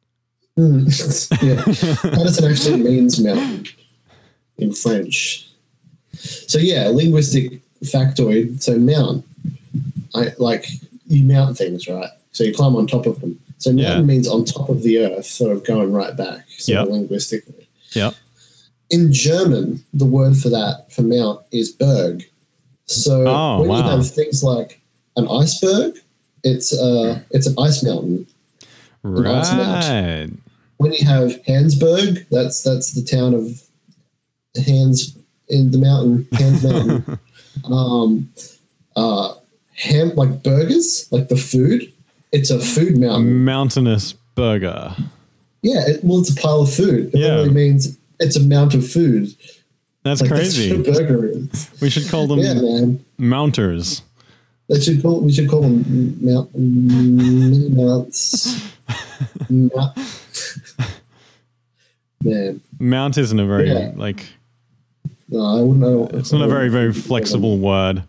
Speaker 3: yeah. Patterson actually means mountain in French. So yeah, linguistic factoid. So mount. I like you mount things, right? So you climb on top of them. So mountain
Speaker 2: Yeah.
Speaker 3: means on top of the earth, sort of going right back. So
Speaker 2: Yep.
Speaker 3: linguistically.
Speaker 2: Yep.
Speaker 3: in German, the word for that for mount is Berg. So
Speaker 2: Oh,
Speaker 3: when you
Speaker 2: wow.
Speaker 3: have things like an iceberg, it's uh, it's an ice mountain. Nice
Speaker 2: Right.
Speaker 3: match. When you have Hansberg, that's that's the town of Hans in the mountain, Hans Mountain. um, uh, ham like burgers, like the food. It's a food
Speaker 2: A
Speaker 3: mountain.
Speaker 2: mountainous burger.
Speaker 3: Yeah, it, well, it's a pile of food. It
Speaker 2: Yeah.
Speaker 3: literally means it's a mount of food.
Speaker 2: That's
Speaker 3: Like,
Speaker 2: crazy. Um,
Speaker 3: That's what a burger is.
Speaker 2: we should call them
Speaker 3: Yeah, man.
Speaker 2: mounters.
Speaker 3: They should call. We should call them mount, mini mounts. Mount- Man,
Speaker 2: Mount isn't a very
Speaker 3: Yeah.
Speaker 2: like.
Speaker 3: no, I wouldn't know.
Speaker 2: It's not a very very flexible word.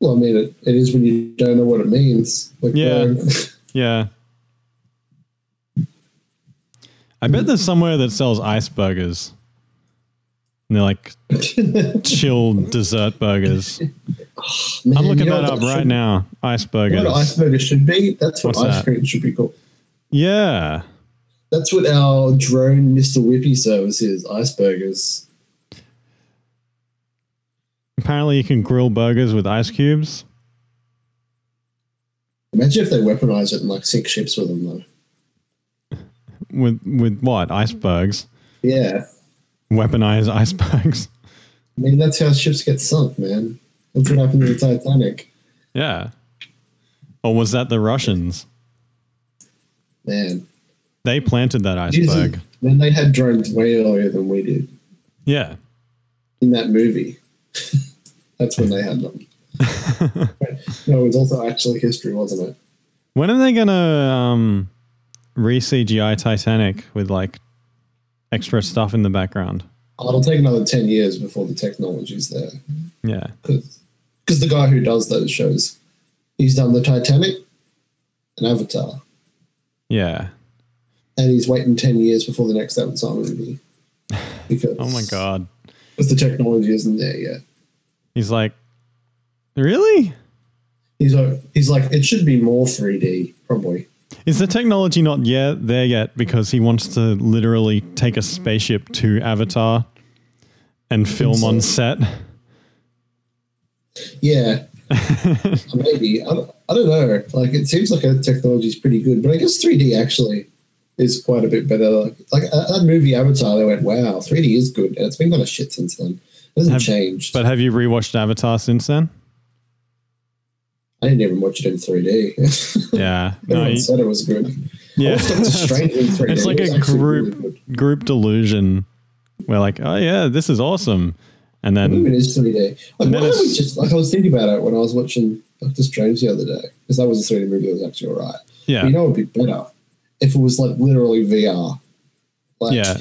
Speaker 3: Well, I mean, it, it is when you don't know what it means. Like,
Speaker 2: Yeah.
Speaker 3: uh,
Speaker 2: Yeah. I bet there's somewhere that sells ice burgers. And they're like chilled dessert burgers.
Speaker 3: man,
Speaker 2: I'm looking
Speaker 3: you know
Speaker 2: that up
Speaker 3: what
Speaker 2: right
Speaker 3: should-
Speaker 2: now. Ice
Speaker 3: you know What
Speaker 2: burgers.
Speaker 3: ice burger should be? That's what
Speaker 2: What's
Speaker 3: ice
Speaker 2: that?
Speaker 3: cream should be called.
Speaker 2: Yeah.
Speaker 3: That's what our drone Mr. Whippy service is. Ice burgers.
Speaker 2: Apparently, you can grill burgers with ice cubes.
Speaker 3: Imagine if they weaponize it and like sink ships with them though.
Speaker 2: With with what? Icebergs.
Speaker 3: Yeah,
Speaker 2: Weaponize icebergs.
Speaker 3: I mean that's how ships get sunk, man. That's what happened to the Titanic.
Speaker 2: Yeah. Or was that the Russians?
Speaker 3: Man,
Speaker 2: They planted that iceberg.
Speaker 3: Jesus. Then they had drones way earlier than we did
Speaker 2: Yeah.
Speaker 3: in that movie. That's when they had them. no, it was also actually history, wasn't it?
Speaker 2: When are they gonna um, re CGI Titanic with like extra stuff in the background?
Speaker 3: Oh, It'll take another 10 years before the technology's there.
Speaker 2: Yeah.
Speaker 3: Because the guy who does those shows, he's done the Titanic and Avatar.
Speaker 2: Yeah.
Speaker 3: And he's waiting 10 years before the next Avatar movie. Because,
Speaker 2: Oh my god.
Speaker 3: Because the technology isn't there yet.
Speaker 2: He's like, really?
Speaker 3: He's like, he's like, it should be more 3D, probably.
Speaker 2: Is the technology not yet there yet because he wants to literally take a spaceship to Avatar and film on set?
Speaker 3: Yeah. Maybe. I don't, I don't know. Like, it seems like our technology is pretty good, but I guess 3D actually is quite a bit better. Like, like uh, that movie Avatar, they went, wow, 3D is good. And it's been kind of shit since then. It hasn't
Speaker 2: Have-
Speaker 3: changed.
Speaker 2: But have you rewatched Avatar since then?
Speaker 3: I didn't even watch it in 3D.
Speaker 2: Yeah. No,
Speaker 3: Everyone
Speaker 2: you-
Speaker 3: said it was good.
Speaker 2: yeah.
Speaker 3: It's like strange in 3D.
Speaker 2: It's like
Speaker 3: It was
Speaker 2: a
Speaker 3: actually
Speaker 2: group
Speaker 3: really good.
Speaker 2: group delusion where like, oh yeah, this is awesome. And
Speaker 3: I think
Speaker 2: then
Speaker 3: it is 3D. Like,
Speaker 2: And
Speaker 3: why
Speaker 2: then
Speaker 3: don't we
Speaker 2: it's-
Speaker 3: just, like, I was thinking about it when I was watching Doctor Strange the other day, because that was a 3D movie that was actually all right.
Speaker 2: yeah.
Speaker 3: You know, it'd be better if it was like literally VR. Like,
Speaker 2: Yeah.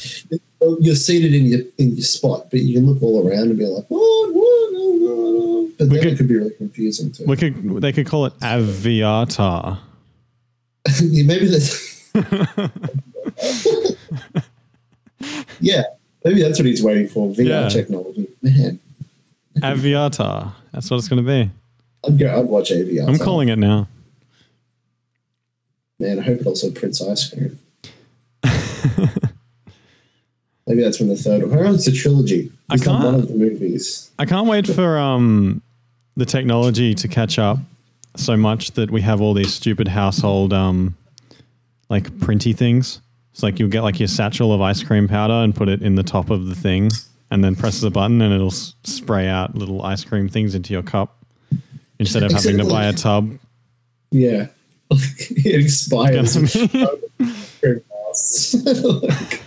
Speaker 3: You're seated in your in your spot, but you can look all around and be like, what, what, oh, oh, oh." but
Speaker 2: We
Speaker 3: then
Speaker 2: could-
Speaker 3: it could be really confusing too.
Speaker 2: We could they could call it Aviatar.
Speaker 3: Yeah, maybe that's. yeah, maybe that's what he's waiting for. VR
Speaker 2: Yeah.
Speaker 3: technology, man.
Speaker 2: Aviatar. That's what it's gonna be.
Speaker 3: I'd go. I'd watch AVR.
Speaker 2: I'm calling it now.
Speaker 3: Man, I hope it also prints ice cream. maybe that's when the third. Where else the trilogy?
Speaker 2: I
Speaker 3: He's done
Speaker 2: can't-
Speaker 3: one of the movies.
Speaker 2: I can't wait for um the technology to catch up so much that we have all these stupid household um like printy things. It's like you'll get like your satchel of ice cream powder and put it in the top of the thing and then presses a button and it'll s- spray out little ice cream things into your cup instead of having to buy a tub.
Speaker 1: Yeah. it expires.
Speaker 2: Gonna be-
Speaker 1: Very fast.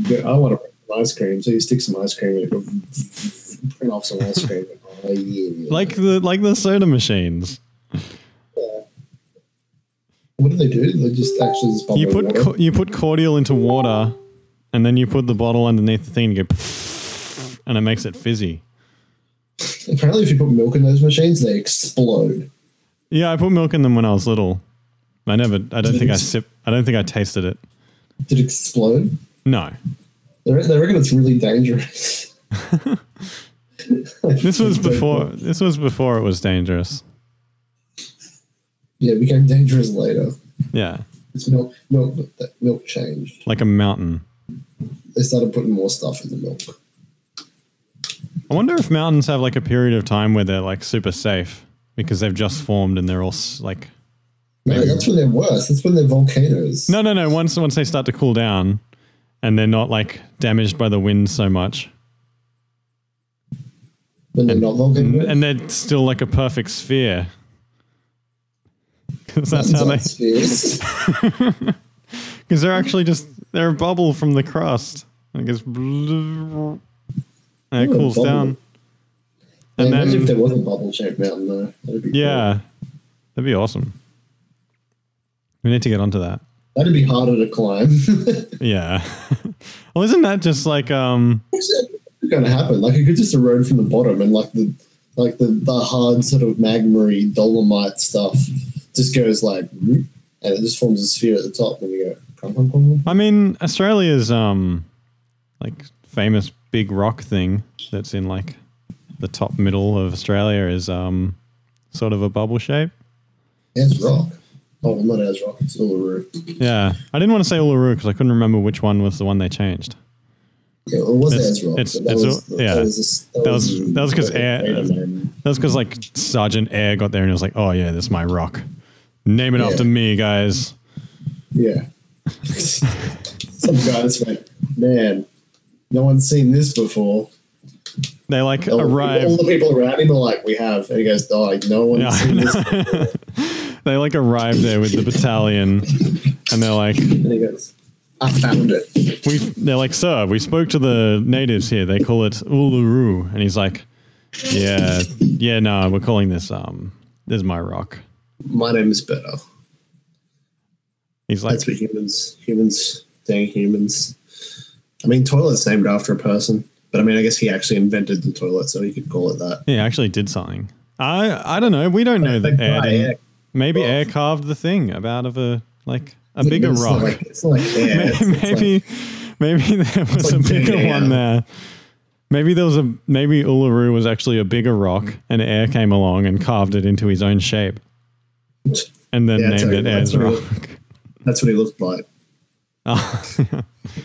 Speaker 1: Like, yeah, I want to print some ice cream, so you stick some ice cream in it, go print off some ice cream. Oh, yeah.
Speaker 2: like the like the soda machines.
Speaker 1: what do they do? They just actually just bubble
Speaker 2: You put
Speaker 1: water.
Speaker 2: co- you put cordial into water, and then you put the bottle underneath the thing and go, and it makes it fizzy.
Speaker 1: Apparently, if you put milk in those machines, they explode.
Speaker 2: Yeah, I put milk in them when I was little. I never. I don't think I sip. I don't think I tasted it.
Speaker 1: Did it explode?
Speaker 2: No,
Speaker 1: They re- they reckon it's really dangerous.
Speaker 2: this was before. This was before it was dangerous.
Speaker 1: Yeah, it became dangerous later.
Speaker 2: Yeah,
Speaker 1: It's milk, milk, milk changed.
Speaker 2: like a mountain.
Speaker 1: They started putting more stuff in the milk.
Speaker 2: I wonder if mountains have like a period of time where they're like super safe because they've just formed and they're all s- like
Speaker 1: No, that's when they're worse. That's when they're volcanoes.
Speaker 2: no no no once once they start to cool down and they're not like damaged by the wind so much
Speaker 1: when they're not volcanoes.
Speaker 2: and they're still like a perfect sphere because that's how they
Speaker 1: Spheres.
Speaker 2: because they're actually just they're a bubble from the crust and it goes and it
Speaker 1: Ooh,
Speaker 2: cools
Speaker 1: bubble.
Speaker 2: down
Speaker 1: I
Speaker 2: and
Speaker 1: imagine if
Speaker 2: then
Speaker 1: there was a bubble shaped mountain, though, that'd be cool.
Speaker 2: yeah that'd be awesome we need to get onto that
Speaker 1: That'd be harder to climb.
Speaker 2: Yeah. well, isn't that just like um?
Speaker 1: it's going to happen. Like it could just erode from the bottom, and like the like the, the hard sort of magmary dolomite stuff just goes like, whoop, and it just forms a sphere at the top, and you go. crump, crump, crump.
Speaker 2: I mean, Australia's um, like famous big rock thing that's in like the top middle of Australia is um, sort of a bubble shape.
Speaker 1: As rock. Oh, well, not as rock. It's Uluru.
Speaker 2: Yeah, I didn't want to say Uluru because I couldn't remember which one was the one they changed.
Speaker 1: Yeah, well, it was
Speaker 2: It's-
Speaker 1: as rock.
Speaker 2: it's-
Speaker 1: but that
Speaker 2: it's
Speaker 1: was-
Speaker 2: all- yeah.
Speaker 1: was a-
Speaker 2: That was- that was 'cause
Speaker 1: Wait a
Speaker 2: air-
Speaker 1: minute.
Speaker 2: That's because like Sergeant Air got there and he was like, "Oh yeah, this is my rock. Name it
Speaker 1: Yeah.
Speaker 2: after me, guys."
Speaker 1: Yeah. Some guy just went, man, no one's seen this before.
Speaker 2: They like
Speaker 1: All-
Speaker 2: arrive.
Speaker 1: All the people around him are like, we have. And he goes, oh, like, no one's
Speaker 2: Yeah, I
Speaker 1: seen this.
Speaker 2: know. they like arrive there with the battalion, and they're like,
Speaker 1: And he goes, I found it.
Speaker 2: we they're like, sir, we spoke to the natives here. They call it Uluru, and he's like, yeah, yeah, no, we're calling this um, this is my rock.
Speaker 3: My name is better.
Speaker 2: He's like,
Speaker 3: That's what humans, humans, dang humans. I mean, toilet's named after a person, but I mean, I guess he actually invented the toilet, so he could call it that.
Speaker 2: yeah, he actually did something. I I don't know. We don't know that air.
Speaker 3: guy,
Speaker 2: didn't-
Speaker 3: yeah.
Speaker 2: Maybe air carved the thing about of a like a bigger
Speaker 3: it's
Speaker 2: rock.
Speaker 3: Not like, it's not like air. it's- it's like-
Speaker 2: maybe maybe there was a
Speaker 3: like
Speaker 2: bigger
Speaker 3: big air.
Speaker 2: one there. Maybe there was a maybe Uluru was actually a bigger rock, and air came along and carved it into his own shape, and then
Speaker 3: Yeah, it's
Speaker 2: named
Speaker 3: like-
Speaker 2: it
Speaker 3: that's
Speaker 2: Air's
Speaker 3: what
Speaker 2: rock.
Speaker 3: it- that's what he looked like.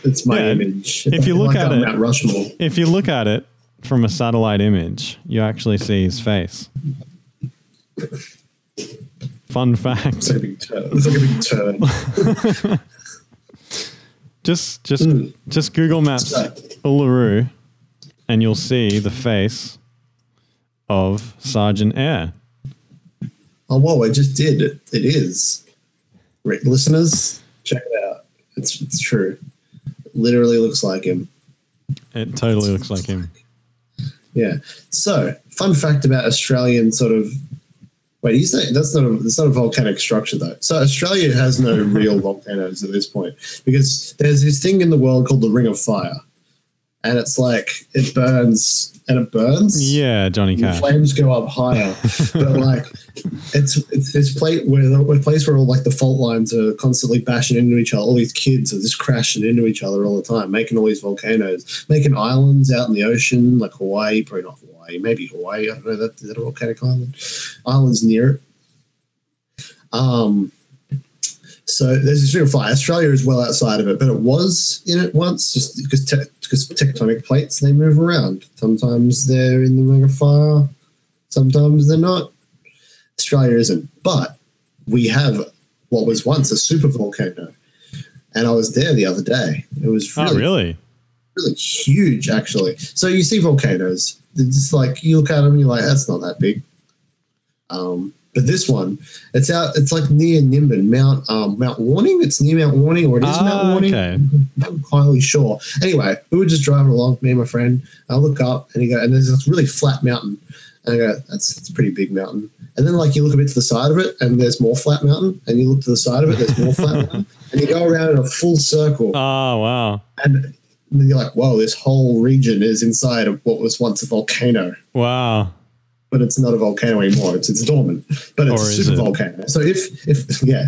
Speaker 3: It's my
Speaker 2: Yeah,
Speaker 3: image.
Speaker 2: if you look
Speaker 3: Like
Speaker 2: at
Speaker 3: on
Speaker 2: it-
Speaker 3: Mount Rushmore.
Speaker 2: if you look at it from a satellite image, you actually see his face. Fun fact.
Speaker 3: It's like a big turd. It's like a big turd.
Speaker 2: Just just
Speaker 3: Hmm.
Speaker 2: just Google Maps Uluru and you'll see the face of Sergeant Air.
Speaker 3: Oh, whoa, I just did. It, it is. Right, listeners, check it out. It's, it's true. It literally looks like him.
Speaker 2: It totally looks like him.
Speaker 3: Yeah. So, fun fact about Australian sort of. Wait, he's not, that's not a that's not a volcanic structure though. So Australia has no real volcanoes at this point because there's this thing in the world called the Ring of Fire, and it's like it burns and it burns.
Speaker 2: Yeah, Johnny
Speaker 3: The
Speaker 2: Cash.
Speaker 3: flames go up higher, but like it's it's this place where the place where all like the fault lines are constantly bashing into each other. All these kids are just crashing into each other all the time, making all these volcanoes, making islands out in the ocean, like Hawaii, probably not Hawaii, maybe Hawaii. I don't know that is that a volcanic island? Islands near it. Um. So there's this ring of fire. Australia is well outside of it, but it was in it once, just because te- because tectonic plates they move around. Sometimes they're in the ring of fire, sometimes they're not. Australia isn't, but we have what was once a super volcano, and I was there the other day. It was
Speaker 2: Oh,
Speaker 3: really,
Speaker 2: really?
Speaker 3: really huge, actually. So you see volcanoes. It's just like you look at them, and you're like, that's not that big. Um, but this one, it's out. It's like near Nimbin, Mount um, Mount Warning. It's near Mount Warning, or it is Mount
Speaker 2: Ah,
Speaker 3: Warning.
Speaker 2: okay.
Speaker 3: I'm not entirely sure. Anyway, we were just driving along, me and my friend. I look up and he go, and there's this really flat mountain. And I go, that's, that's a pretty big mountain. And then like you look a bit to the side of it and there's more flat mountain. And you look to the side of it, there's more flat mountain. And you go around in a full circle.
Speaker 2: Oh wow.
Speaker 3: And then you're like, whoa, this whole region is inside of what was once a volcano.
Speaker 2: Wow.
Speaker 3: But it's not a volcano anymore. It's, it's dormant. But it's
Speaker 2: Or
Speaker 3: a
Speaker 2: is
Speaker 3: super
Speaker 2: it?
Speaker 3: volcano. So if, if yeah.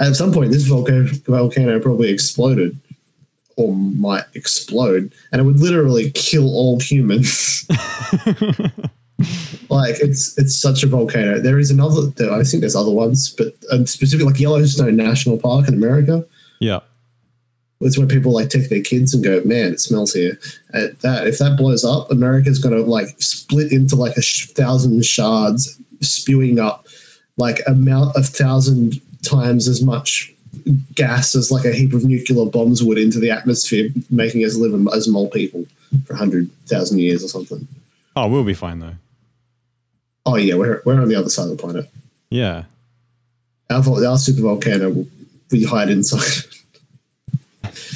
Speaker 3: At some point this volcano volcano probably exploded or might explode and it would literally kill all humans. like it's it's such a volcano. There is another there, I think there's other ones, but um, specifically like Yellowstone National Park in America.
Speaker 2: Yeah.
Speaker 3: It's where people like take their kids and go, man, it smells here. At that, if that blows up, America's going to like split into like a sh- thousand shards, spewing up like amount of thousand times as much gas as like a heap of nuclear bombs would into the atmosphere, making us live um, as mole people for hundred thousand years or something.
Speaker 2: Oh, we'll be fine though.
Speaker 3: Oh yeah, we're we're on the other side of the planet.
Speaker 2: Yeah.
Speaker 3: Our, vol- our super volcano will be hide inside.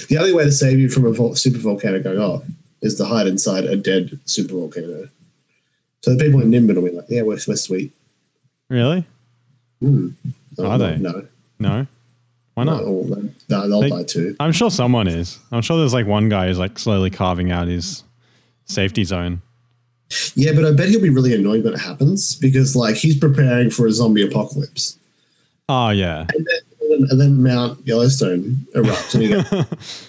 Speaker 3: the only way to save you from a vol- super volcano going off is to hide inside a dead super volcano. So the people in Nimbin will be like, yeah, we're, we're sweet.
Speaker 2: Really?
Speaker 3: Mm. No,
Speaker 2: Are
Speaker 3: no,
Speaker 2: they?
Speaker 3: No.
Speaker 2: No. Why
Speaker 3: No,
Speaker 2: not?
Speaker 3: all of them. no, they'll
Speaker 2: They-
Speaker 3: die too.
Speaker 2: I'm sure someone is. I'm sure there's like one guy who's like slowly carving out his safety zone.
Speaker 3: Yeah, but I bet he'll be really annoyed when it happens because, like, he's preparing for a zombie apocalypse.
Speaker 2: Oh yeah.
Speaker 3: And then, and then Mount Yellowstone erupts and he goes,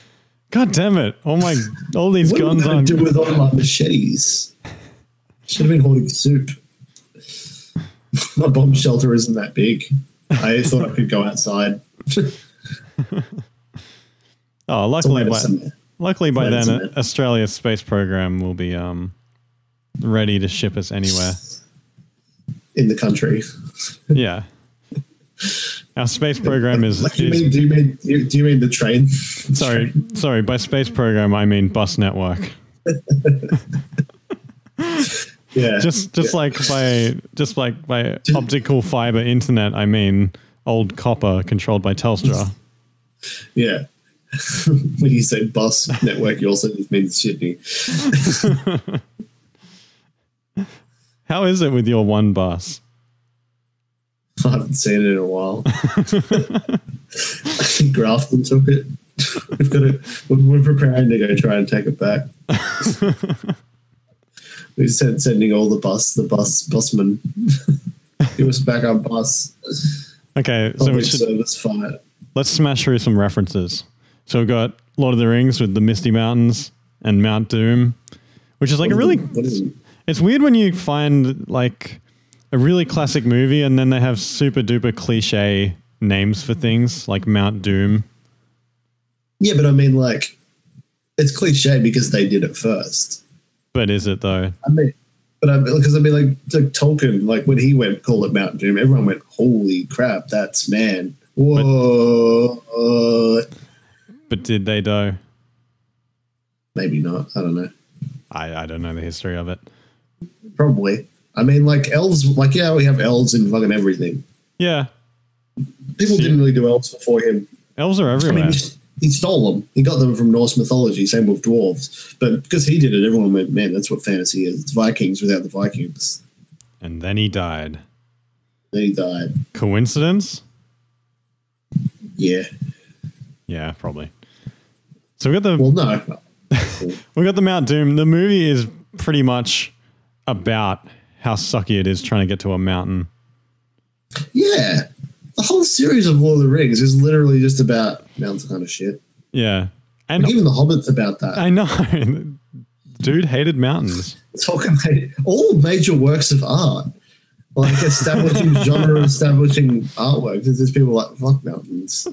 Speaker 2: God damn it. Oh my all these
Speaker 3: What
Speaker 2: guns
Speaker 3: are we going
Speaker 2: on
Speaker 3: to do with all my machetes? Should have been holding soup. my bomb shelter isn't that big. I thought I could go outside.
Speaker 2: Oh luckily by
Speaker 3: Medicine.
Speaker 2: luckily by then
Speaker 3: Medicine.
Speaker 2: Australia's space program will be um ready to ship us anywhere.
Speaker 3: in the country.
Speaker 2: Yeah. Our space program is,
Speaker 3: Like you
Speaker 2: is-
Speaker 3: mean? Do you mean? You, do you mean the train?
Speaker 2: sorry, sorry, by space program I mean bus network.
Speaker 3: Yeah.
Speaker 2: Just just like by just like by optical fiber internet I mean old copper controlled by Telstra.
Speaker 3: yeah. when you say bus network, you also just mean Sydney.
Speaker 2: How is it with your one bus?
Speaker 3: I haven't seen it in a while. Grafton took it. We've got it. We're preparing to go try and take it back. we sent sending all the bus, the bus busman. it was back on bus.
Speaker 2: Okay, so we
Speaker 3: Public
Speaker 2: should,
Speaker 3: service fire.
Speaker 2: let's smash through some references. So we've got Lord of the Rings with the Misty Mountains and Mount Doom, which is like a really
Speaker 3: What is it?
Speaker 2: It's weird when you find like a really classic movie and then they have super duper cliche names for things like Mount Doom.
Speaker 3: Yeah, but I mean, like, it's cliche because they did it first.
Speaker 2: But is it though?
Speaker 3: I mean, but I because I mean, like, like Tolkien, like when he went call it Mount Doom, everyone went, "Holy crap, that's man!" Whoa,
Speaker 2: But did they though?
Speaker 3: maybe not. I don't know.
Speaker 2: I, I don't know the history of it.
Speaker 3: Probably. I mean, like elves. Like yeah, we have elves in fucking everything.
Speaker 2: Yeah.
Speaker 3: People
Speaker 2: See-
Speaker 3: didn't really do elves before him.
Speaker 2: Elves are
Speaker 3: I
Speaker 2: everywhere.
Speaker 3: mean, he, he stole them. He got them from Norse mythology. Same with dwarves. But because he did it, everyone went, "Man, that's what fantasy is." It's Vikings without the Vikings.
Speaker 2: and then he died.
Speaker 3: Then he died.
Speaker 2: Coincidence?
Speaker 3: Yeah.
Speaker 2: Yeah, probably. So we got the
Speaker 3: Well, no.
Speaker 2: we got the Mount Doom. The movie is pretty much about how sucky it is trying to get to a mountain.
Speaker 3: Yeah. The whole series of Lord of the Rings is literally just about mountain kind of shit.
Speaker 2: Yeah. And
Speaker 3: Even The Hobbit's about that.
Speaker 2: I know. Dude hated mountains.
Speaker 3: Talk about all major works of art, like establishing genre, establishing artwork. There's just people like fuck mountains.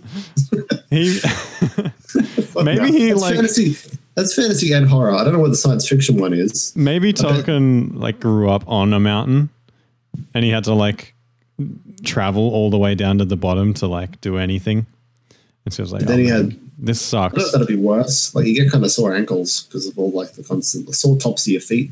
Speaker 2: He
Speaker 3: Fuck
Speaker 2: Maybe
Speaker 3: mountains."
Speaker 2: he,
Speaker 3: That's
Speaker 2: like-
Speaker 3: fantasy. That's fantasy and horror. I don't know what the science fiction one is.
Speaker 2: maybe Tolkien like grew up on a mountain, and he had to like travel all the way down to the bottom to like do anything, And she was like,
Speaker 3: But then
Speaker 2: "Oh,
Speaker 3: he
Speaker 2: man,
Speaker 3: had-
Speaker 2: this
Speaker 3: I don't know if
Speaker 2: sucks.
Speaker 3: that'd be worse. Like you get kind of sore ankles because of all like the constant the sore tops of your feet.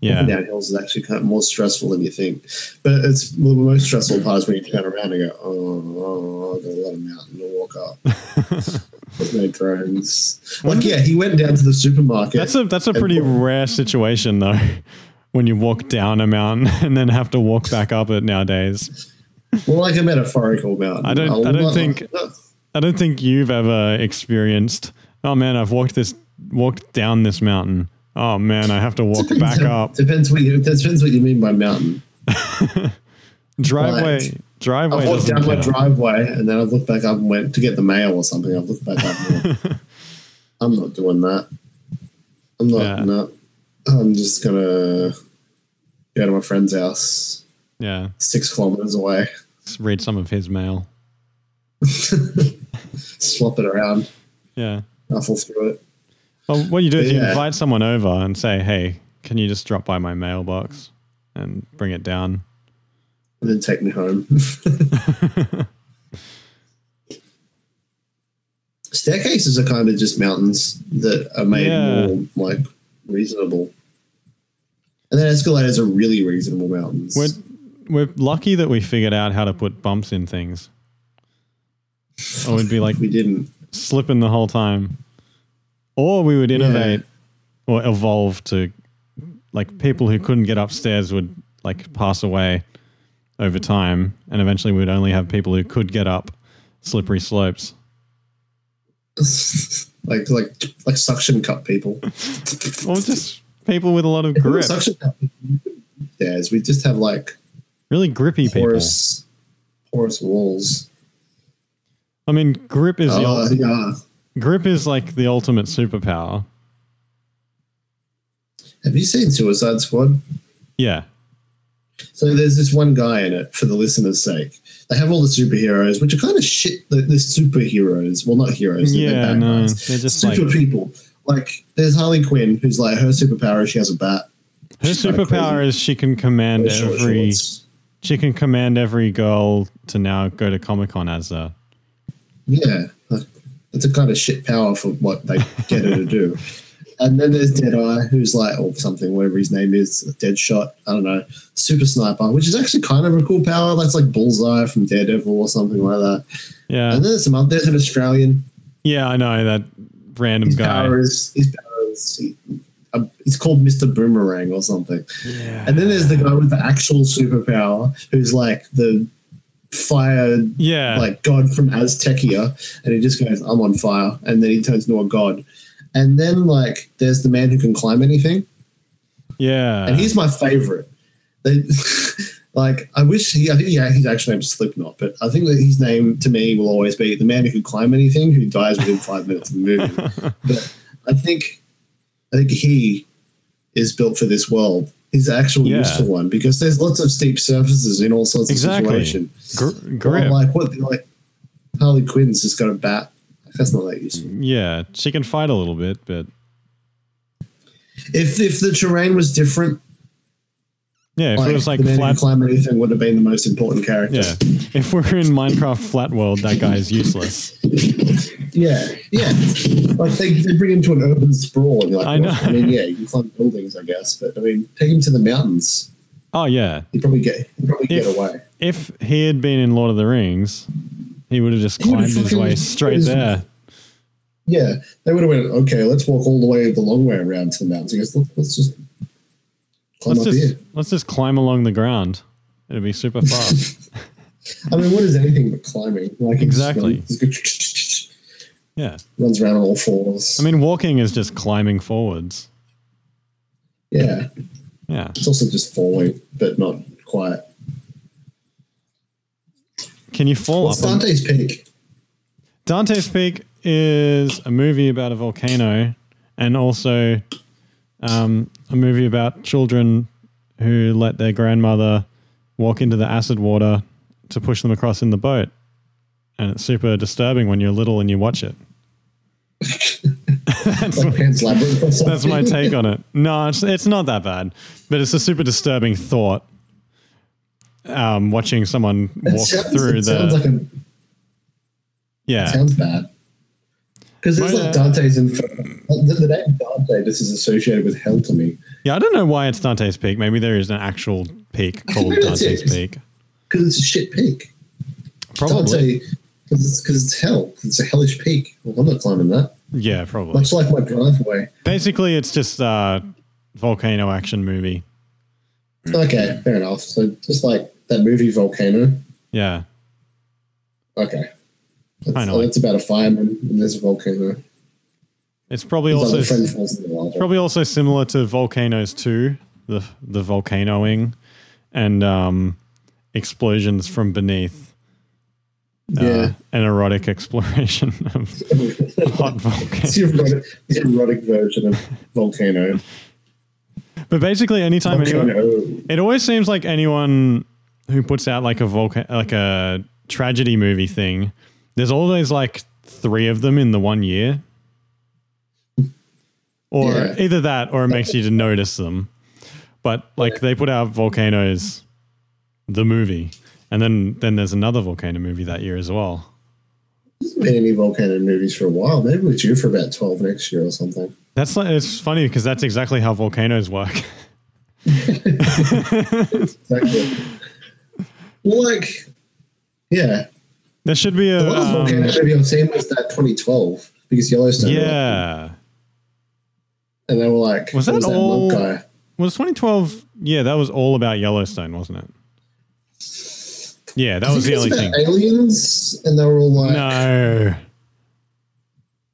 Speaker 2: Yeah.
Speaker 3: Walking down hills is actually kind of more stressful than you think. But it's the most stressful part is when you turn around and go, oh, oh I've got a lot of mountain to walk up. There's no drones. Like yeah, he went down to the supermarket.
Speaker 2: That's a that's a pretty rare situation though, when you walk down a mountain and then have to walk back up it nowadays.
Speaker 3: well, like a metaphorical mountain.
Speaker 2: I don't-
Speaker 3: A
Speaker 2: I don't
Speaker 3: lot-
Speaker 2: think- I don't think you've ever experienced. Oh man, I've walked this walked down this mountain. Oh man, I have to walk back up
Speaker 3: Depends what you depends what you mean by mountain.
Speaker 2: driveway.
Speaker 3: like,
Speaker 2: driveway.
Speaker 3: I walked
Speaker 2: doesn't
Speaker 3: down my
Speaker 2: count.
Speaker 3: driveway and then I looked back up and went to get the mail or something. I looked back up and went, I'm not doing that. I'm not,
Speaker 2: Yeah.
Speaker 3: no. I'm just going to go to my friend's house
Speaker 2: yeah,
Speaker 3: six kilometers away,
Speaker 2: just read some of his mail.
Speaker 3: swap it around,
Speaker 2: Yeah.
Speaker 3: ruffle through it.
Speaker 2: Well, what you do is you
Speaker 3: Yeah.
Speaker 2: invite someone over and say, "Hey, can you just drop by my mailbox and bring it down?"
Speaker 3: And then take me home. Staircases are kind of just mountains that are made
Speaker 2: Yeah.
Speaker 3: more like reasonable. And then escalators are really reasonable mountains.
Speaker 2: We're we're lucky that we figured out how to put bumps in things. Or we'd be like
Speaker 3: we didn't.
Speaker 2: slipping the whole time, or we would innovate or evolve to like people who couldn't get upstairs would like pass away over time, and eventually we'd only have people who could get up slippery slopes.
Speaker 3: like like like suction cup people.
Speaker 2: Or just people with a lot of grip,
Speaker 3: Suction cup stairs. We just have like
Speaker 2: really grippy people.
Speaker 3: porous porous walls.
Speaker 2: I mean, grip is the
Speaker 3: Oh
Speaker 2: ul-
Speaker 3: yeah.
Speaker 2: grip is like the ultimate superpower.
Speaker 3: Have you seen Suicide Squad?
Speaker 2: Yeah,
Speaker 3: So there's this one guy in it for the listeners' sake. They have all the superheroes, which are kind of shit. They're they're superheroes, well, not heroes. they're
Speaker 2: yeah,
Speaker 3: bad
Speaker 2: no,
Speaker 3: guys.
Speaker 2: they're just
Speaker 3: super
Speaker 2: like
Speaker 3: people. Like there's Harley Quinn, who's like her superpower is she has a bat.
Speaker 2: her
Speaker 3: She's kinda
Speaker 2: superpower
Speaker 3: crazy.
Speaker 2: is she can command
Speaker 3: Or short
Speaker 2: every.
Speaker 3: shorts.
Speaker 2: She can command every girl to now go to Comic Con as a.
Speaker 3: Yeah, like, it's a kind of shit power for what they get her to do. And then there's Deadeye, who's like, or something, whatever his name is, Deadshot, I don't know, Super Sniper, which is actually kind of a cool power. That's like Bullseye from Daredevil or something like that.
Speaker 2: Yeah,
Speaker 3: And then there's some other, there's an Australian.
Speaker 2: yeah, I know that random
Speaker 3: His
Speaker 2: guy.
Speaker 3: power is, his power is, he, uh, it's called Mr. Boomerang or something.
Speaker 2: Yeah,
Speaker 3: And then there's the guy with the actual superpower, who's like the fire
Speaker 2: yeah,
Speaker 3: like god from Aztecia, and he just goes, "I'm on fire," and then he turns into a god. And then like there's the man who can climb anything,
Speaker 2: yeah.
Speaker 3: and he's my favorite. They, like I wish he, I think yeah, his actual name's Slipknot, but I think that his name to me will always be the man who can climb anything who dies within five minutes of the movie. But I think, I think he is built for this world. He's the actual
Speaker 2: Yeah.
Speaker 3: useful one because there's lots of steep surfaces in all sorts
Speaker 2: Exactly.
Speaker 3: of situations.
Speaker 2: Gr-
Speaker 3: Or
Speaker 2: grip.
Speaker 3: like what like Harley Quinn's just got a bat. That's not that
Speaker 2: Mm.
Speaker 3: useful.
Speaker 2: yeah, she can fight a little bit, but
Speaker 3: If if the terrain was different,
Speaker 2: yeah, if
Speaker 3: like,
Speaker 2: it was like
Speaker 3: the man who
Speaker 2: flat.
Speaker 3: can climb anything would have been the most important character.
Speaker 2: Yeah, if we're in Minecraft flat world, that guy is useless.
Speaker 3: yeah. yeah. Like they, they bring him to an urban sprawl and you're like,
Speaker 2: I
Speaker 3: I,
Speaker 2: know.
Speaker 3: I mean, yeah, you can climb buildings, I guess, but I mean take him to the mountains.
Speaker 2: Oh yeah,
Speaker 3: He'd probably get he'd probably
Speaker 2: If-
Speaker 3: get away.
Speaker 2: if he had been in Lord of the Rings, he would have just
Speaker 3: He would've
Speaker 2: climbed his
Speaker 3: fucking-
Speaker 2: way straight
Speaker 3: his-
Speaker 2: there.
Speaker 3: Yeah. They would have went, Okay, let's walk all the way the long way around to the mountains. He goes, Look, let's just climb
Speaker 2: Let's
Speaker 3: up
Speaker 2: just
Speaker 3: here.
Speaker 2: let's just climb along the ground. It'd be super fast.
Speaker 3: I mean, what is anything but climbing? Like it's just
Speaker 2: Exactly.
Speaker 3: run- just go
Speaker 2: Yeah.
Speaker 3: runs around on all fours.
Speaker 2: I mean, walking is just climbing forwards.
Speaker 3: yeah,
Speaker 2: Yeah.
Speaker 3: it's also just falling, but not quite.
Speaker 2: Can you fall
Speaker 3: What's
Speaker 2: up? on-
Speaker 3: Dante's Peak?
Speaker 2: Dante's Peak is a movie about a volcano and also um, a movie about children who let their grandmother walk into the acid water to push them across in the boat. And it's super disturbing when you're little and you watch it.
Speaker 3: Like Pan's Labyrinth or something?
Speaker 2: That's my take on it. No, it's, it's not that bad, but it's a super disturbing thought. Um, watching someone
Speaker 3: It
Speaker 2: walk
Speaker 3: sounds,
Speaker 2: through
Speaker 3: it
Speaker 2: the
Speaker 3: sounds like a
Speaker 2: Yeah.
Speaker 3: Sounds bad. Because there's
Speaker 2: Mine,
Speaker 3: like
Speaker 2: uh,
Speaker 3: Dante's Inferno. The, the name Dante just is associated with hell to me.
Speaker 2: Yeah, I don't know why it's Dante's Peak. Maybe there is an actual peak called
Speaker 3: Maybe that's
Speaker 2: Dante's
Speaker 3: it.
Speaker 2: Peak.
Speaker 3: Because it's a shit peak.
Speaker 2: Probably.
Speaker 3: Dante, because it's, 'cause it's hell. It's a hellish peak. Well, I'm not climbing that.
Speaker 2: Yeah, probably.
Speaker 3: Much like my driveway.
Speaker 2: Basically, it's just a volcano action movie. Hmm.
Speaker 3: Okay, fair enough. So just like that movie Volcano.
Speaker 2: Yeah.
Speaker 3: Okay. That's,
Speaker 2: I know, like-
Speaker 3: that's about a fireman and there's a volcano.
Speaker 2: It's probably
Speaker 3: His
Speaker 2: also
Speaker 3: other friend falls in the lava.
Speaker 2: probably also similar to Volcanoes 2, the the volcanoing and um, explosions from beneath. Uh,
Speaker 3: Yeah.
Speaker 2: an erotic exploration of hot
Speaker 3: It's
Speaker 2: volcanoes.
Speaker 3: the erotic, the erotic version of volcano.
Speaker 2: But basically, anytime anyone,
Speaker 3: Volcano.
Speaker 2: It always seems like anyone who puts out like a volcano, like a tragedy movie thing, there's always like three of them in the one year, or
Speaker 3: Yeah.
Speaker 2: either that, or it makes you to notice them. But like they put out volcanoes, the movie, and then then there's another volcano movie that year as well.
Speaker 3: There's been any volcano movies for a while. Maybe we're due for about 12 next year or something.
Speaker 2: That's like, it's funny because that's exactly how volcanoes work.
Speaker 3: Exactly. well, like, yeah.
Speaker 2: There should be a
Speaker 3: The last
Speaker 2: um,
Speaker 3: volcano movie I've seen was that 2012 because Yellowstone.
Speaker 2: yeah.
Speaker 3: And they were like,
Speaker 2: Was
Speaker 3: there
Speaker 2: that
Speaker 3: was
Speaker 2: all-
Speaker 3: monk guy.
Speaker 2: Was 2012? Yeah, that was all about Yellowstone, wasn't it? Yeah, that was the
Speaker 3: It
Speaker 2: only
Speaker 3: about
Speaker 2: thing.
Speaker 3: Aliens, and they were all like,
Speaker 2: No,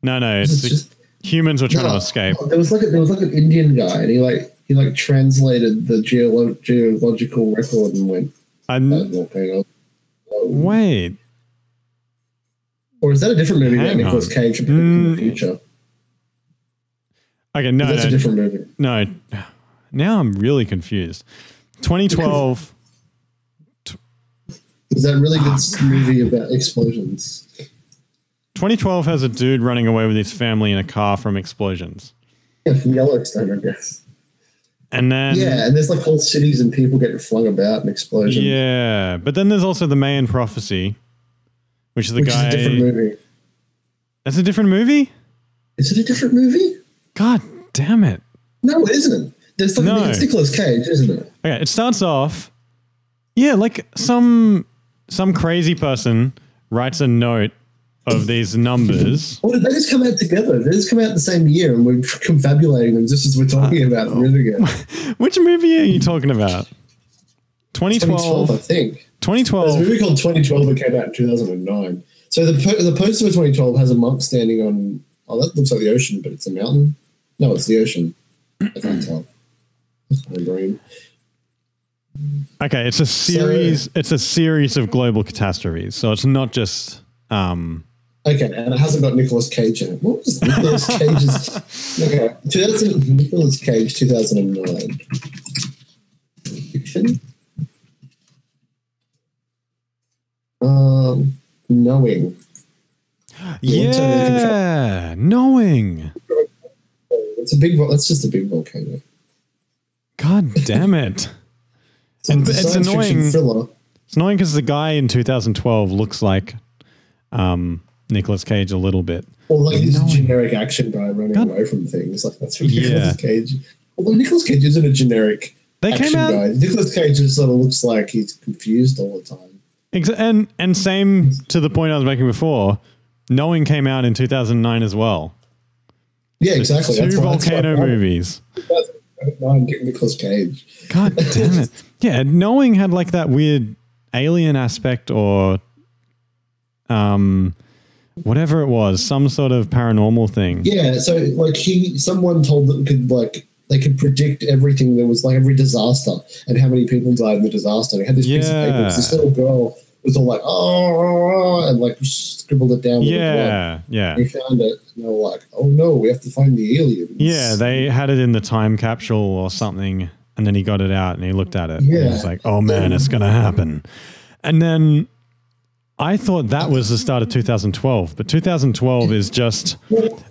Speaker 2: no, no.
Speaker 3: It's
Speaker 2: It's the
Speaker 3: just-
Speaker 2: humans were trying
Speaker 3: No.
Speaker 2: to escape.
Speaker 3: There was like a, there was like an Indian guy, and he like he like translated the geolo- geological record and went that
Speaker 2: And
Speaker 3: volcano. Whoa.
Speaker 2: wait,
Speaker 3: Or is that a different movie that
Speaker 2: Hang
Speaker 3: Nicolas
Speaker 2: on.
Speaker 3: Cage appeared in
Speaker 2: Mm,
Speaker 3: the future?
Speaker 2: okay, no,
Speaker 3: That's a
Speaker 2: no,
Speaker 3: different movie.
Speaker 2: no. Now I'm really confused. 2012.
Speaker 3: Is that a really good movie about explosions?
Speaker 2: 2012 has a dude running away with his family in a car from explosions,
Speaker 3: Yeah, from Yellowstone, I guess.
Speaker 2: and then
Speaker 3: yeah, and there's like whole cities and people getting flung about and explosions.
Speaker 2: yeah. But then there's also the Mayan prophecy, which is the
Speaker 3: which
Speaker 2: guy.
Speaker 3: is a different movie.
Speaker 2: That's a different movie.
Speaker 3: Is it a different movie?
Speaker 2: God damn it.
Speaker 3: No, it isn't. There's like
Speaker 2: No.
Speaker 3: it's Nicolas Cage, isn't it?
Speaker 2: Okay, it starts off. Yeah, like some some crazy person writes a note of these numbers.
Speaker 3: Or did they just come out together? They just come out the same year, and we're confabulating them just as we're talking about them a minute ago.
Speaker 2: Which movie are you talking about?
Speaker 3: 2012, I
Speaker 2: 2012.
Speaker 3: think. There's a
Speaker 2: 2012.
Speaker 3: movie called 2012 that came out in 2009. So the po- the poster for 2012 has a monk standing on. Oh, that looks like the ocean, but it's a mountain. No, it's the ocean. I can't tell. It's kinda green.
Speaker 2: Okay, it's a series. It's a series of global catastrophes. So it's not just. Um,
Speaker 3: Okay, and it hasn't got Nicolas Cage in it. What was Nicolas Cage's? Okay, 2000, Nicolas Cage, 2009. Fiction? Um, knowing. Yeah, it's a really good show.
Speaker 2: yeah, knowing.
Speaker 3: It's a big. vol- That's just a big volcano.
Speaker 2: God damn it!
Speaker 3: So it's
Speaker 2: And
Speaker 3: a
Speaker 2: it's
Speaker 3: science fiction
Speaker 2: annoying.
Speaker 3: Thriller.
Speaker 2: It's annoying because the guy in 2012 looks like um, Nicolas Cage a little bit.
Speaker 3: Or like this
Speaker 2: No.
Speaker 3: generic action guy running
Speaker 2: God.
Speaker 3: away from things. Like that's what
Speaker 2: Yeah.
Speaker 3: Nicolas Cage. Although Nicolas Cage isn't a generic
Speaker 2: They
Speaker 3: action
Speaker 2: came out
Speaker 3: guy. Nicolas Cage just sort of looks like he's confused all the time.
Speaker 2: Ex- and and same to the point I was making before. Knowing came out in 2009 as well.
Speaker 3: Yeah, exactly.
Speaker 2: Two
Speaker 3: That's why- that's why
Speaker 2: volcano
Speaker 3: I-
Speaker 2: movies.
Speaker 3: that's why I'm getting Nicolas Cage.
Speaker 2: God damn it! Yeah, Knowing had like that weird alien aspect or um whatever it was, some sort of paranormal thing.
Speaker 3: Yeah, so like he, someone told them could like they could predict everything. There was like every disaster and how many people died in the disaster. And he had this piece of paper.
Speaker 2: Yeah.
Speaker 3: This little girl was all like, oh, oh," and like scribbled it down. With her blood.
Speaker 2: Yeah, yeah.
Speaker 3: we found it, and they were like, "Oh no, we have to find the aliens."
Speaker 2: Yeah, they had it in the time capsule or something, and then he got it out and he looked at it. Yeah. And
Speaker 3: Yeah.
Speaker 2: he was like, oh man, it's going to happen. And then I thought that was the start of 2012, but 2012 is just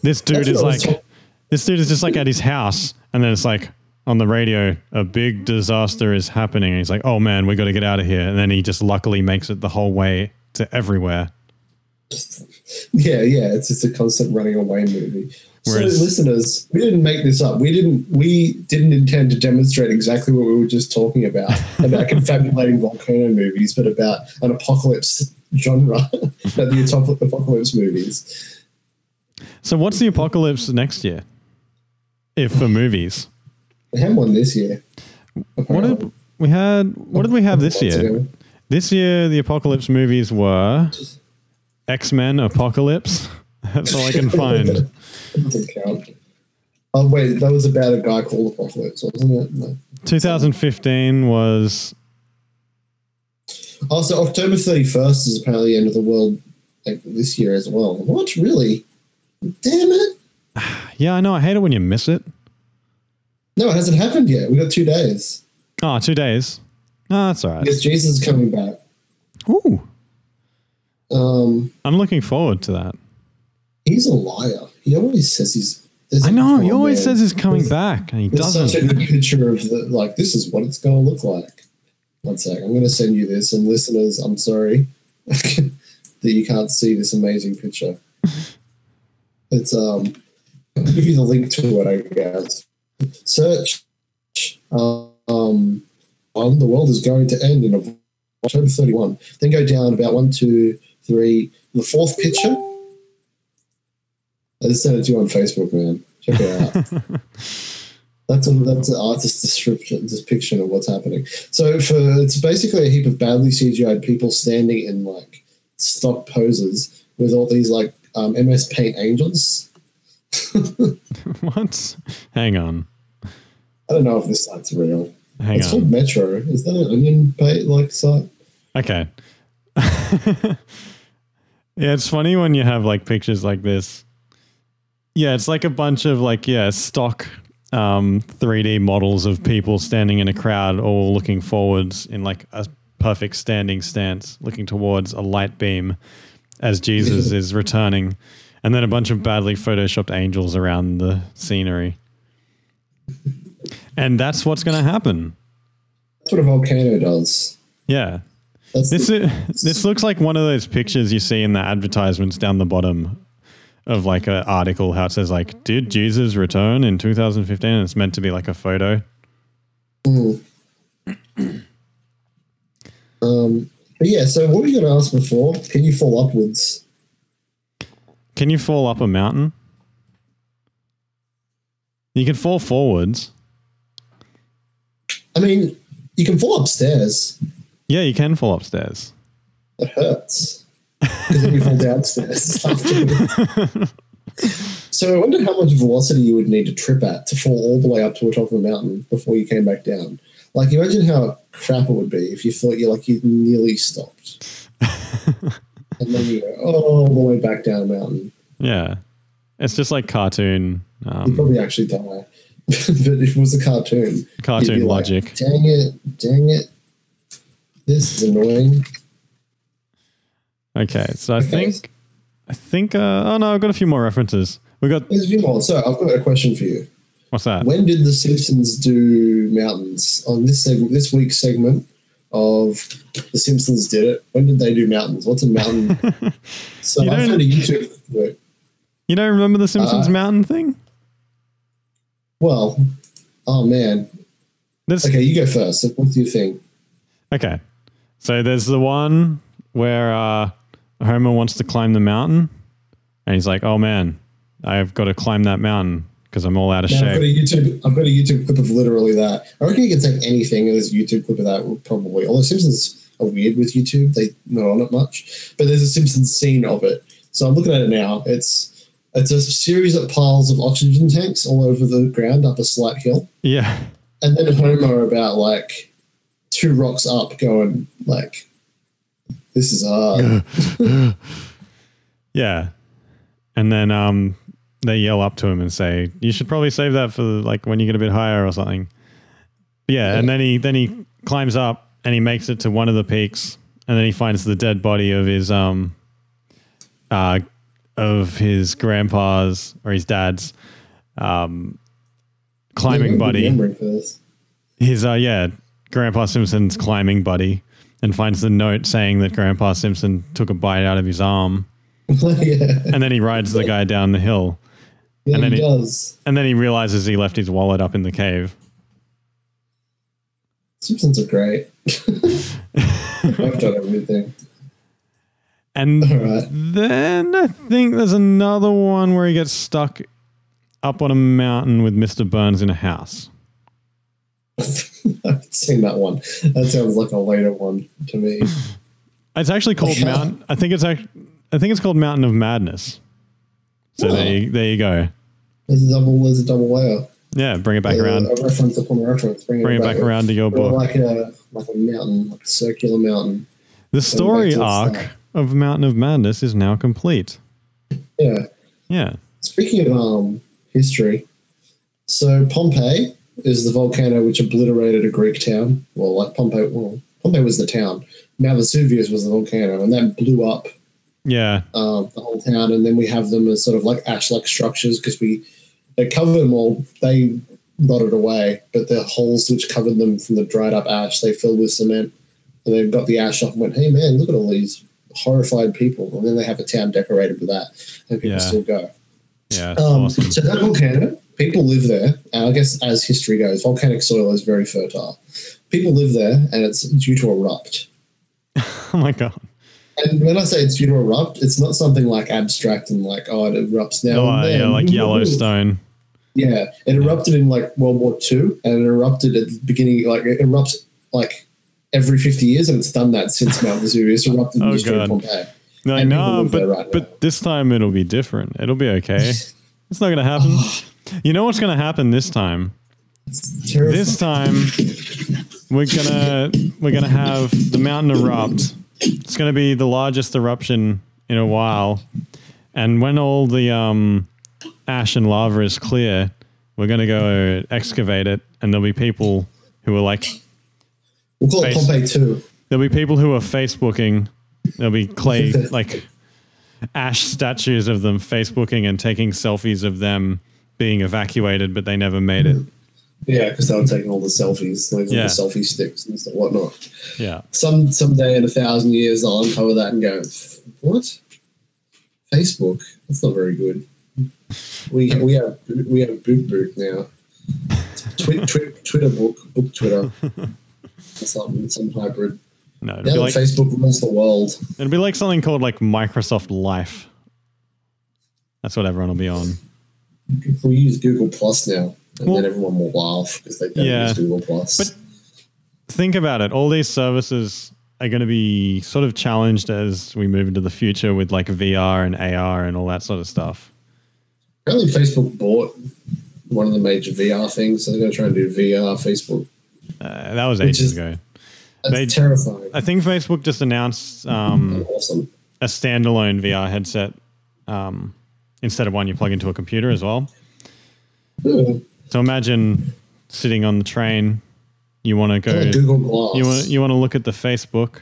Speaker 2: this dude
Speaker 3: That's what
Speaker 2: is
Speaker 3: I was
Speaker 2: like,
Speaker 3: talking-
Speaker 2: this dude is just like at his house, and then it's like, on the radio, a big disaster is happening. And he's like, oh man, we got to get out of here. And then he just luckily makes it the whole way to everywhere.
Speaker 3: Yeah, yeah, it's just a constant running away movie.
Speaker 2: Whereas-
Speaker 3: so, listeners, we didn't make this up. We didn't. We didn't intend to demonstrate exactly what we were just talking about about confabulating volcano movies, but about an apocalypse genre, about the atop- apocalypse movies.
Speaker 2: So what's the apocalypse next year? If for movies,
Speaker 3: They had one this year.
Speaker 2: what did we had? What did we have this
Speaker 3: Lots
Speaker 2: year?
Speaker 3: ago.
Speaker 2: This year, the apocalypse movies were X Men Apocalypse. That's all I can find.
Speaker 3: Doesn't count. Oh wait, that was about a guy called Apocalypse, wasn't it? No.
Speaker 2: 2015 was
Speaker 3: Oh, so October thirty first is apparently the end of the world, like this year as well. What really? Damn it!
Speaker 2: yeah. I know. I hate it when you miss it.
Speaker 3: No, it hasn't happened yet. We got two days.
Speaker 2: Oh, two days. Ah, that's all right.
Speaker 3: Yes, Jesus is coming back.
Speaker 2: Ooh,
Speaker 3: Um,
Speaker 2: I'm looking forward to that.
Speaker 3: he's a liar. He always says he's. there's
Speaker 2: I
Speaker 3: a-
Speaker 2: know.
Speaker 3: oh,
Speaker 2: He always
Speaker 3: man.
Speaker 2: says he's coming back, and he
Speaker 3: There's such a
Speaker 2: doesn't.
Speaker 3: good picture of the like. This is what it's going to look like. One sec, I'm going to send you this, and listeners, I'm sorry that you can't see this amazing picture. It's um, I'll give you the link to it, I guess. Search um, on the world is going to end in October 31. Then go down about one, two, three, the fourth picture. I just sent it to you on Facebook, man. Check it out. That's a, that's an artist's description depiction of what's happening. So for it's basically a heap of badly CGI'd people standing in like stock poses with all these like um, MS Paint angels.
Speaker 2: what? Hang on.
Speaker 3: I don't know if this site's real.
Speaker 2: Hang
Speaker 3: it's
Speaker 2: on.
Speaker 3: called Metro. Is that an Onion Paint like site?
Speaker 2: Okay. yeah, it's funny when you have like pictures like this. Yeah, it's like a bunch of like yeah, stock um 3D models of people standing in a crowd all looking forwards in like a perfect standing stance looking towards a light beam as Jesus is returning and then a bunch of badly photoshopped angels around the scenery. And that's what's going to happen.
Speaker 3: That's what a volcano does.
Speaker 2: Yeah.
Speaker 3: That's
Speaker 2: This
Speaker 3: the-
Speaker 2: is, this looks like one of those pictures you see in the advertisements down the bottom of like an article how it says like did Jesus return in 2015 and it's meant to be like a photo.
Speaker 3: um, but yeah. So what were you going to ask before? Can you fall upwards?
Speaker 2: Can you fall up a mountain? You can fall forwards.
Speaker 3: I mean, you can fall upstairs.
Speaker 2: Yeah, you can fall upstairs.
Speaker 3: It hurts. Because then you fall downstairs afterwards. so I wonder how much velocity you would need to trip at to fall all the way up to the top of a mountain before you came back down. Like imagine how crap it would be if you thought you like you nearly stopped. and then you go all the way back down a mountain.
Speaker 2: Yeah. It's just like cartoon
Speaker 3: You'd
Speaker 2: um,
Speaker 3: probably actually die. but if it was a cartoon, you'd
Speaker 2: cartoon
Speaker 3: be like,
Speaker 2: logic.
Speaker 3: dang it, dang it. This is annoying.
Speaker 2: Okay, so I think I think uh, oh no, I've got a few more references. We got
Speaker 3: There's a few more. So I've got a question for you.
Speaker 2: what's that?
Speaker 3: When did The Simpsons do mountains? On this segment, this week's segment of The Simpsons did it. When did they do mountains? What's a mountain? so
Speaker 2: You
Speaker 3: I
Speaker 2: don't-
Speaker 3: found a YouTube. Work.
Speaker 2: You don't remember the Simpsons
Speaker 3: Uh,
Speaker 2: mountain thing?
Speaker 3: Well, oh man.
Speaker 2: That's
Speaker 3: Okay, you go first. What do you think?
Speaker 2: Okay. So there's the one where uh, Homer wants to climb the mountain, and he's like, "Oh man, I've got to climb that mountain because I'm all out of
Speaker 3: Now, I've got a
Speaker 2: shape."
Speaker 3: YouTube. I've got a YouTube clip of literally that. I reckon you can take anything. and There's a YouTube clip of that will probably. Although Simpsons are weird with YouTube, they not on it much. But there's a Simpsons scene of it. So I'm looking at it now. It's it's a series of piles of oxygen tanks all over the ground up a slight hill,
Speaker 2: Yeah,
Speaker 3: and then Homer about like two rocks up, going like, "This is hard."
Speaker 2: yeah. And then um, they yell up to him and say, "You should probably save that for like when you get a bit higher or something." Yeah, and then he then he climbs up and he makes it to one of the peaks, and then he finds the dead body of his um, uh, of his grandpa's or his dad's um, climbing
Speaker 3: Good
Speaker 2: buddy.
Speaker 3: memory for this.
Speaker 2: His uh, yeah, Grandpa Simpson's climbing buddy, and finds the note saying that Grandpa Simpson took a bite out of his arm
Speaker 3: yeah.
Speaker 2: and then he rides the guy down the hill,
Speaker 3: Yeah,
Speaker 2: And then
Speaker 3: he
Speaker 2: it-
Speaker 3: does.
Speaker 2: and then he realizes he left his wallet up in the cave.
Speaker 3: Simpsons are great. I've done everything.
Speaker 2: And
Speaker 3: All right.
Speaker 2: then I think there's another one where he gets stuck up on a mountain with Mr. Burns in a house.
Speaker 3: I haven't seen that one. That sounds like a later one to me.
Speaker 2: It's actually called
Speaker 3: Yeah.
Speaker 2: Mountain. I think it's act- I think it's called Mountain of Madness. So there, you, there you go.
Speaker 3: There's a double. There's a double layer.
Speaker 2: Yeah, bring it back
Speaker 3: There's
Speaker 2: around.
Speaker 3: A reference upon a reference. Bring,
Speaker 2: Bring it back around to your
Speaker 3: Or
Speaker 2: book.
Speaker 3: Like a like a mountain, like a circular mountain.
Speaker 2: The story
Speaker 3: to the
Speaker 2: arc
Speaker 3: start.
Speaker 2: of Mountain of Madness is now complete.
Speaker 3: Yeah.
Speaker 2: Yeah.
Speaker 3: Speaking of um, history, so Pompeii is the volcano which obliterated a Greek town. Well, like Pompeii, well, Pompeii was the town. Now Vesuvius was the volcano, and that blew up
Speaker 2: Yeah.
Speaker 3: um, the whole town. And then we have them as sort of like ash-like structures because we they covered them all. They rotted away, but the holes which covered them from the dried up ash they filled with cement, and they got the ash off and went, "Hey man, look at all these horrified people!" And then they have a town decorated with that, and people
Speaker 2: Yeah.
Speaker 3: still go.
Speaker 2: Yeah. It's
Speaker 3: Um,
Speaker 2: awesome.
Speaker 3: So that volcano, people live there. And I guess as history goes, volcanic soil is very fertile. People live there, and it's due to erupt.
Speaker 2: Oh my god.
Speaker 3: And when I say it's due to erupt, it's not something like abstract and like oh it erupts now.
Speaker 2: Oh,
Speaker 3: and then.
Speaker 2: yeah, like Yellowstone.
Speaker 3: Yeah, it erupted in like World War Two, and it erupted at the beginning. Like it erupts like every fifty years, and it's done that since Mount Vesuvius erupted
Speaker 2: Oh,
Speaker 3: and destroyed
Speaker 2: God.
Speaker 3: Pompeii.
Speaker 2: No,
Speaker 3: And people
Speaker 2: no,
Speaker 3: live
Speaker 2: but
Speaker 3: there right now.
Speaker 2: but this time it'll be different. It'll be okay. it's not gonna happen. You know what's gonna happen this time?
Speaker 3: It's terrifying.
Speaker 2: This time we're gonna we're gonna have the mountain erupt. It's gonna be the largest eruption in a while. And when all the um, ash and lava is clear, we're gonna go excavate it, and there'll be people who are like
Speaker 3: we'll call it
Speaker 2: face-
Speaker 3: Pompeii Two.
Speaker 2: There'll be people who are Facebooking. There'll be clay, like ash statues of them Facebooking and taking selfies of them being evacuated, but they never made it.
Speaker 3: Yeah, because they were taking all the selfies, like
Speaker 2: Yeah.
Speaker 3: all the selfie sticks and stuff, whatnot.
Speaker 2: Yeah.
Speaker 3: some someday in a thousand years they'll uncover that and go, what? Facebook? That's not very good. We we have we have boot boot now. Twi- twi- Twitter book book Twitter. Some some hybrid.
Speaker 2: No,
Speaker 3: Now
Speaker 2: it'll be
Speaker 3: that
Speaker 2: like
Speaker 3: Facebook rules the world.
Speaker 2: it'll be like something called like Microsoft Life. That's what everyone will be on.
Speaker 3: We use Google Plus now, and
Speaker 2: Well-
Speaker 3: then everyone will laugh because they don't
Speaker 2: Yeah.
Speaker 3: use Google Plus.
Speaker 2: But- Think about it. All these services are going to be sort of challenged as we move into the future with like VR and AR and all that sort of stuff.
Speaker 3: Apparently, Facebook bought one of the major VR things, so they're going to try and do VR Facebook.
Speaker 2: Uh, that was ages
Speaker 3: is-
Speaker 2: ago.
Speaker 3: That's
Speaker 2: They-
Speaker 3: terrifying.
Speaker 2: I think Facebook just announced um,
Speaker 3: awesome.
Speaker 2: a standalone VR headset um, instead of one you plug into a computer as well.
Speaker 3: Ooh,
Speaker 2: So imagine sitting on the train, you want to
Speaker 3: I like
Speaker 2: go,
Speaker 3: Google Glass.
Speaker 2: you want you want to look at the Facebook,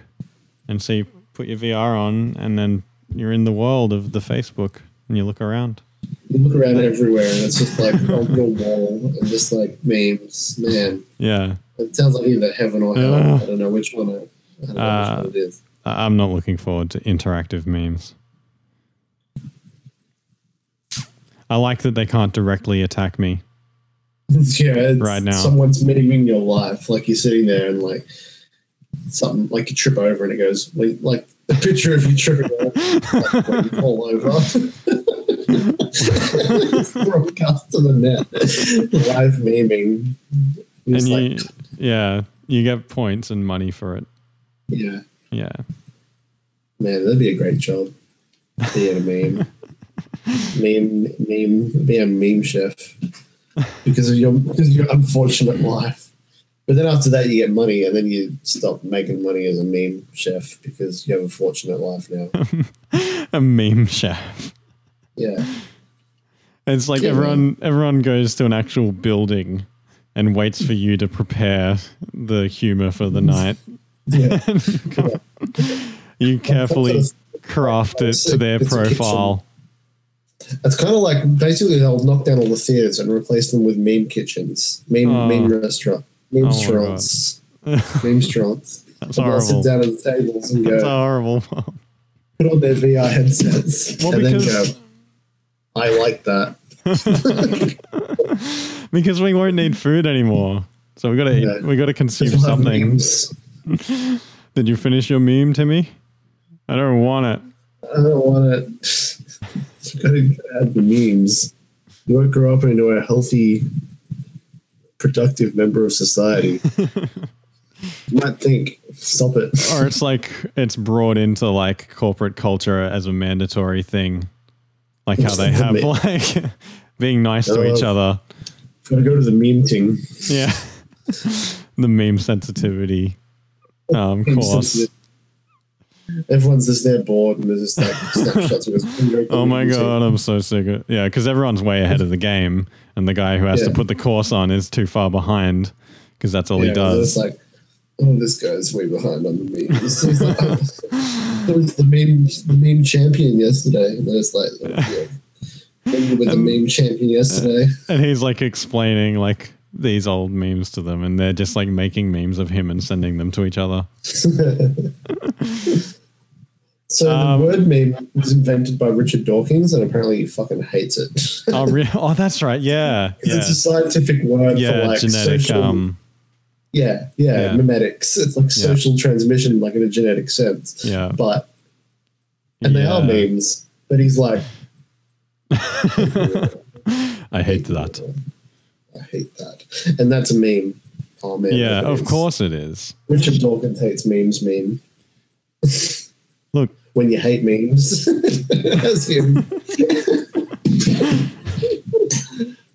Speaker 2: and so you put your VR on, and then you're in the world of the Facebook, and you look around.
Speaker 3: You look around everywhere and it's just like a real wall and just like memes. Man,
Speaker 2: Yeah,
Speaker 3: it sounds like either heaven or hell.
Speaker 2: Yeah.
Speaker 3: I don't know which one. It, I don't know
Speaker 2: Uh,
Speaker 3: which one it is.
Speaker 2: I- I'm not looking forward to interactive memes. I like that they can't directly attack me.
Speaker 3: yeah, it's
Speaker 2: right now.
Speaker 3: someone's memeing your life. Like you're sitting there and like something like you trip over and it goes like like the picture of you tripping over, like, when you fall over. it's broadcast to the net. Live memeing. It's
Speaker 2: and
Speaker 3: like,
Speaker 2: you, yeah, you get points and money for it.
Speaker 3: yeah,
Speaker 2: Yeah.
Speaker 3: Man, that'd be a great job. Be a meme. meme, meme, be a meme chef because of your because of your unfortunate life. But then after that, you get money, and then you stop making money as a meme chef because you have a fortunate life now.
Speaker 2: a meme chef.
Speaker 3: Yeah,
Speaker 2: It's like
Speaker 3: Yeah.
Speaker 2: everyone everyone goes to an actual building and waits for you to prepare the humor for the night.
Speaker 3: yeah.
Speaker 2: You carefully
Speaker 3: That's-
Speaker 2: craft it
Speaker 3: It's a-
Speaker 2: to their
Speaker 3: it's a kitchen.
Speaker 2: profile.
Speaker 3: It's kind of like basically they'll knock down all the theaters and replace them with meme kitchens, meme
Speaker 2: Oh.
Speaker 3: meme restaurant,
Speaker 2: my
Speaker 3: meme
Speaker 2: God.
Speaker 3: restaurants, meme restaurants.
Speaker 2: That's
Speaker 3: They'll sit
Speaker 2: horrible.
Speaker 3: down at the tables and
Speaker 2: That's
Speaker 3: go,
Speaker 2: horrible.
Speaker 3: put on their VR headsets
Speaker 2: Well,
Speaker 3: and then go,
Speaker 2: because-
Speaker 3: I like that.
Speaker 2: because we won't need food anymore. So we gotta eat,
Speaker 3: Yeah.
Speaker 2: we gotta consume
Speaker 3: We'll have
Speaker 2: something.
Speaker 3: memes.
Speaker 2: Did you finish your meme, Timmy? I don't want it.
Speaker 3: I don't want it. Gotta add the memes. You won't grow up into a healthy, productive member of society. you might think, stop it.
Speaker 2: Or it's like it's brought into like corporate culture as a mandatory thing, like how they have like being nice to
Speaker 3: Uh,
Speaker 2: each other.
Speaker 3: Gotta go to the meme thing.
Speaker 2: Yeah, the meme sensitivity um, course.
Speaker 3: Everyone's just there bored and there's just like snapshots of his finger.
Speaker 2: Oh my god, I'm so sick of yeah, because everyone's way ahead of the game, and the guy who has to
Speaker 3: Yeah.
Speaker 2: put the course on is too far behind because that's all
Speaker 3: Yeah,
Speaker 2: he
Speaker 3: 'cause It's
Speaker 2: does.
Speaker 3: like, oh, this guy's way behind on the memes. He's like, oh, there was the meme, the meme champion yesterday. And then it's like, oh, yeah. Remember with the meme champion yesterday.
Speaker 2: And he's like explaining like these old memes to them, and they're just like making memes of him and sending them to each other.
Speaker 3: So
Speaker 2: Um,
Speaker 3: the word meme was invented by Richard Dawkins, and apparently he fucking hates it.
Speaker 2: Oh, re- oh, that's right. Yeah, yeah,
Speaker 3: It's a scientific word
Speaker 2: yeah.
Speaker 3: for like
Speaker 2: genetic.
Speaker 3: social,
Speaker 2: Um,
Speaker 3: yeah, yeah,
Speaker 2: yeah.
Speaker 3: memetics. It's like
Speaker 2: Yeah.
Speaker 3: social transmission, like in a genetic sense.
Speaker 2: Yeah.
Speaker 3: but and they are
Speaker 2: yeah.
Speaker 3: memes. But he's like,
Speaker 2: I hate that.
Speaker 3: I hate that, and that's a meme. Oh man,
Speaker 2: Yeah,
Speaker 3: it
Speaker 2: of
Speaker 3: is.
Speaker 2: course it is.
Speaker 3: Richard Dawkins hates memes. Meme.
Speaker 2: Look,
Speaker 3: When you hate memes, that's him.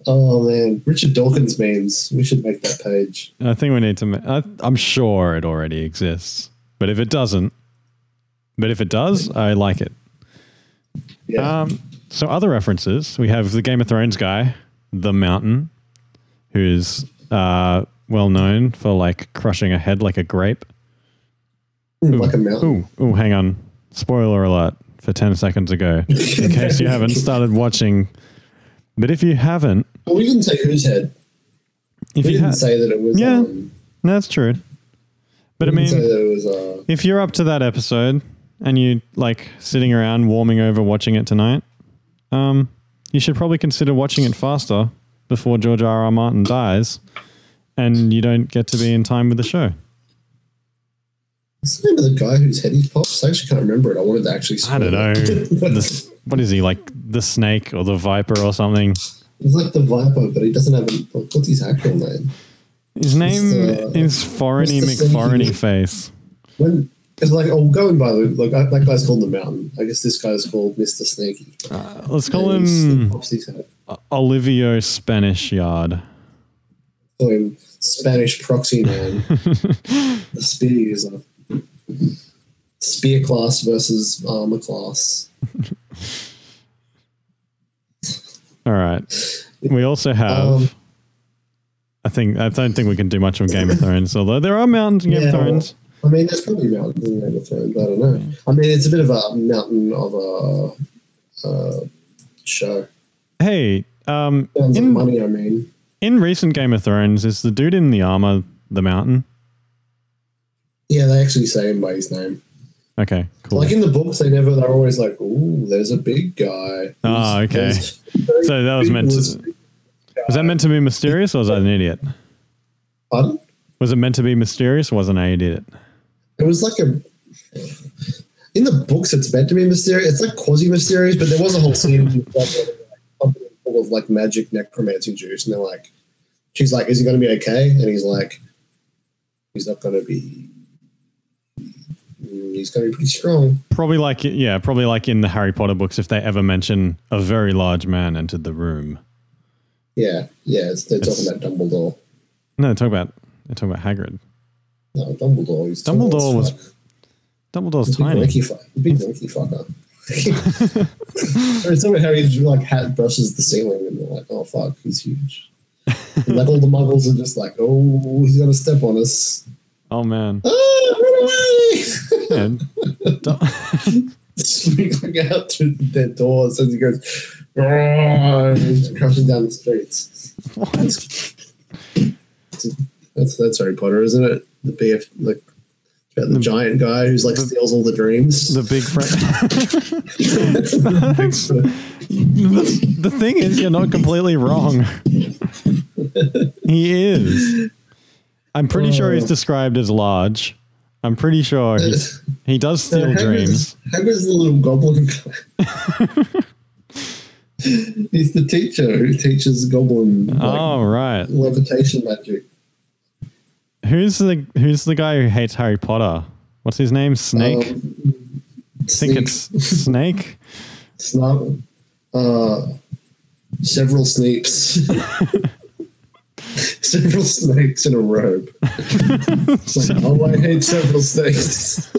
Speaker 3: oh man, Richard Dawkins memes. We should make that page.
Speaker 2: I think we need to. Ma- I, I'm sure it already exists, but if it doesn't, but if it does, I like it.
Speaker 3: Yeah.
Speaker 2: Um, so other references we have the Game of Thrones guy, the Mountain, who is uh, well known for like crushing a head like a grape.
Speaker 3: like a mountain.
Speaker 2: Ooh, ooh, hang on. Spoiler alert for 10 seconds ago, in case you haven't started watching. But if you haven't,
Speaker 3: Well, we didn't say whose head.
Speaker 2: if
Speaker 3: We
Speaker 2: you
Speaker 3: didn't
Speaker 2: have,
Speaker 3: say that it was.
Speaker 2: Yeah.
Speaker 3: Um,
Speaker 2: that's true. But I
Speaker 3: we didn't say
Speaker 2: mean,
Speaker 3: that it was. Uh,
Speaker 2: if you're up to that episode and you like sitting around warming over watching it tonight, um, you should probably consider watching it faster before George R. R. Martin dies and you don't get to be in time with the show.
Speaker 3: what's the name of the guy whose head he pops? I actually can't remember it. I wanted to actually.
Speaker 2: I don't know. The s- what is he like? The snake or the viper or something?
Speaker 3: He's like the Viper, but he doesn't have. A, what's his actual name?
Speaker 2: His name
Speaker 3: Mr.
Speaker 2: is Foreigny
Speaker 3: Mr.
Speaker 2: McForeigny
Speaker 3: Sneaky.
Speaker 2: Face.
Speaker 3: When it's like, oh, going by the look, I, that guy's called the Mountain. I guess this guy's called Mister Sneaky.
Speaker 2: Let's call
Speaker 3: And he's- he
Speaker 2: him
Speaker 3: pops his head.
Speaker 2: Olivio Spanish Yard.
Speaker 3: Call him Spanish proxy man. the spear user. Spear class versus armor class.
Speaker 2: All right. We also have.
Speaker 3: Um,
Speaker 2: I think I don't think we can do much of Game of Thrones, although there are mountains in Game
Speaker 3: Yeah,
Speaker 2: of Thrones.
Speaker 3: I mean, there's probably mountains in Game of Thrones. I don't know. I mean, it's a bit of a mountain of a uh, show.
Speaker 2: Hey, um,
Speaker 3: Sounds like
Speaker 2: in
Speaker 3: money. I mean,
Speaker 2: in recent Game of Thrones, is the dude in the armor the mountain?
Speaker 3: yeah, they actually say him by his name.
Speaker 2: Okay, cool.
Speaker 3: Like in the books, they never. They're always like, "Ooh, there's a big guy."
Speaker 2: Ah, okay.
Speaker 3: There's-
Speaker 2: so that was meant to.
Speaker 3: was-
Speaker 2: Was that meant to be mysterious, or was I an idiot?
Speaker 3: Pardon?
Speaker 2: Was it meant to be mysterious? Or wasn't I an idiot?
Speaker 3: It was like a. In the books, it's meant to be mysterious. It's like quasi mysterious, but there was a whole scene with, like, a company full of like magic necromancy juice, and they're like, "She's like, is he going to be okay?" And he's like, "He's not going to be. mm, He's going to be pretty strong."
Speaker 2: Probably like yeah, probably like in the Harry Potter books, if they ever mention a very large man entered the room.
Speaker 3: Yeah, yeah. It's, they're talking
Speaker 2: It's-
Speaker 3: about Dumbledore.
Speaker 2: No, they talk about they talk about Hagrid.
Speaker 3: No, Dumbledore. He's tall
Speaker 2: Dumbledore
Speaker 3: as
Speaker 2: was
Speaker 3: fuck.
Speaker 2: Dumbledore's
Speaker 3: Big
Speaker 2: tiny.
Speaker 3: wanky fuck. Big wanky fucker. it's not how he like hat brushes the ceiling and they're like, oh fuck, he's huge. And, like all the muggles are just like, oh, he's gonna step on us.
Speaker 2: Oh man.
Speaker 3: Ah, run away!
Speaker 2: Yeah. Dum-
Speaker 3: Sneaking out through their doors as he goes, "Roar," and he's crashing down the streets. That's, that's that's Harry Potter, isn't it? The BF like
Speaker 5: About the, giant guy who's like steals all the dreams.
Speaker 2: The big friend. the, the thing is, you're not completely wrong. he is. I'm pretty sure he's described as large. I'm pretty sure he's, he does steal dreams.
Speaker 3: How good's the little goblin guy? He's the teacher who teaches goblin like,
Speaker 2: oh right.
Speaker 3: levitation magic.
Speaker 2: Who's the Who's the guy who hates Harry Potter? What's his name? Snake.
Speaker 3: Um,
Speaker 2: I think it's Snake.
Speaker 3: Snub, uh, several snakes. several snakes in a robe. It's like, oh, I hate several snakes.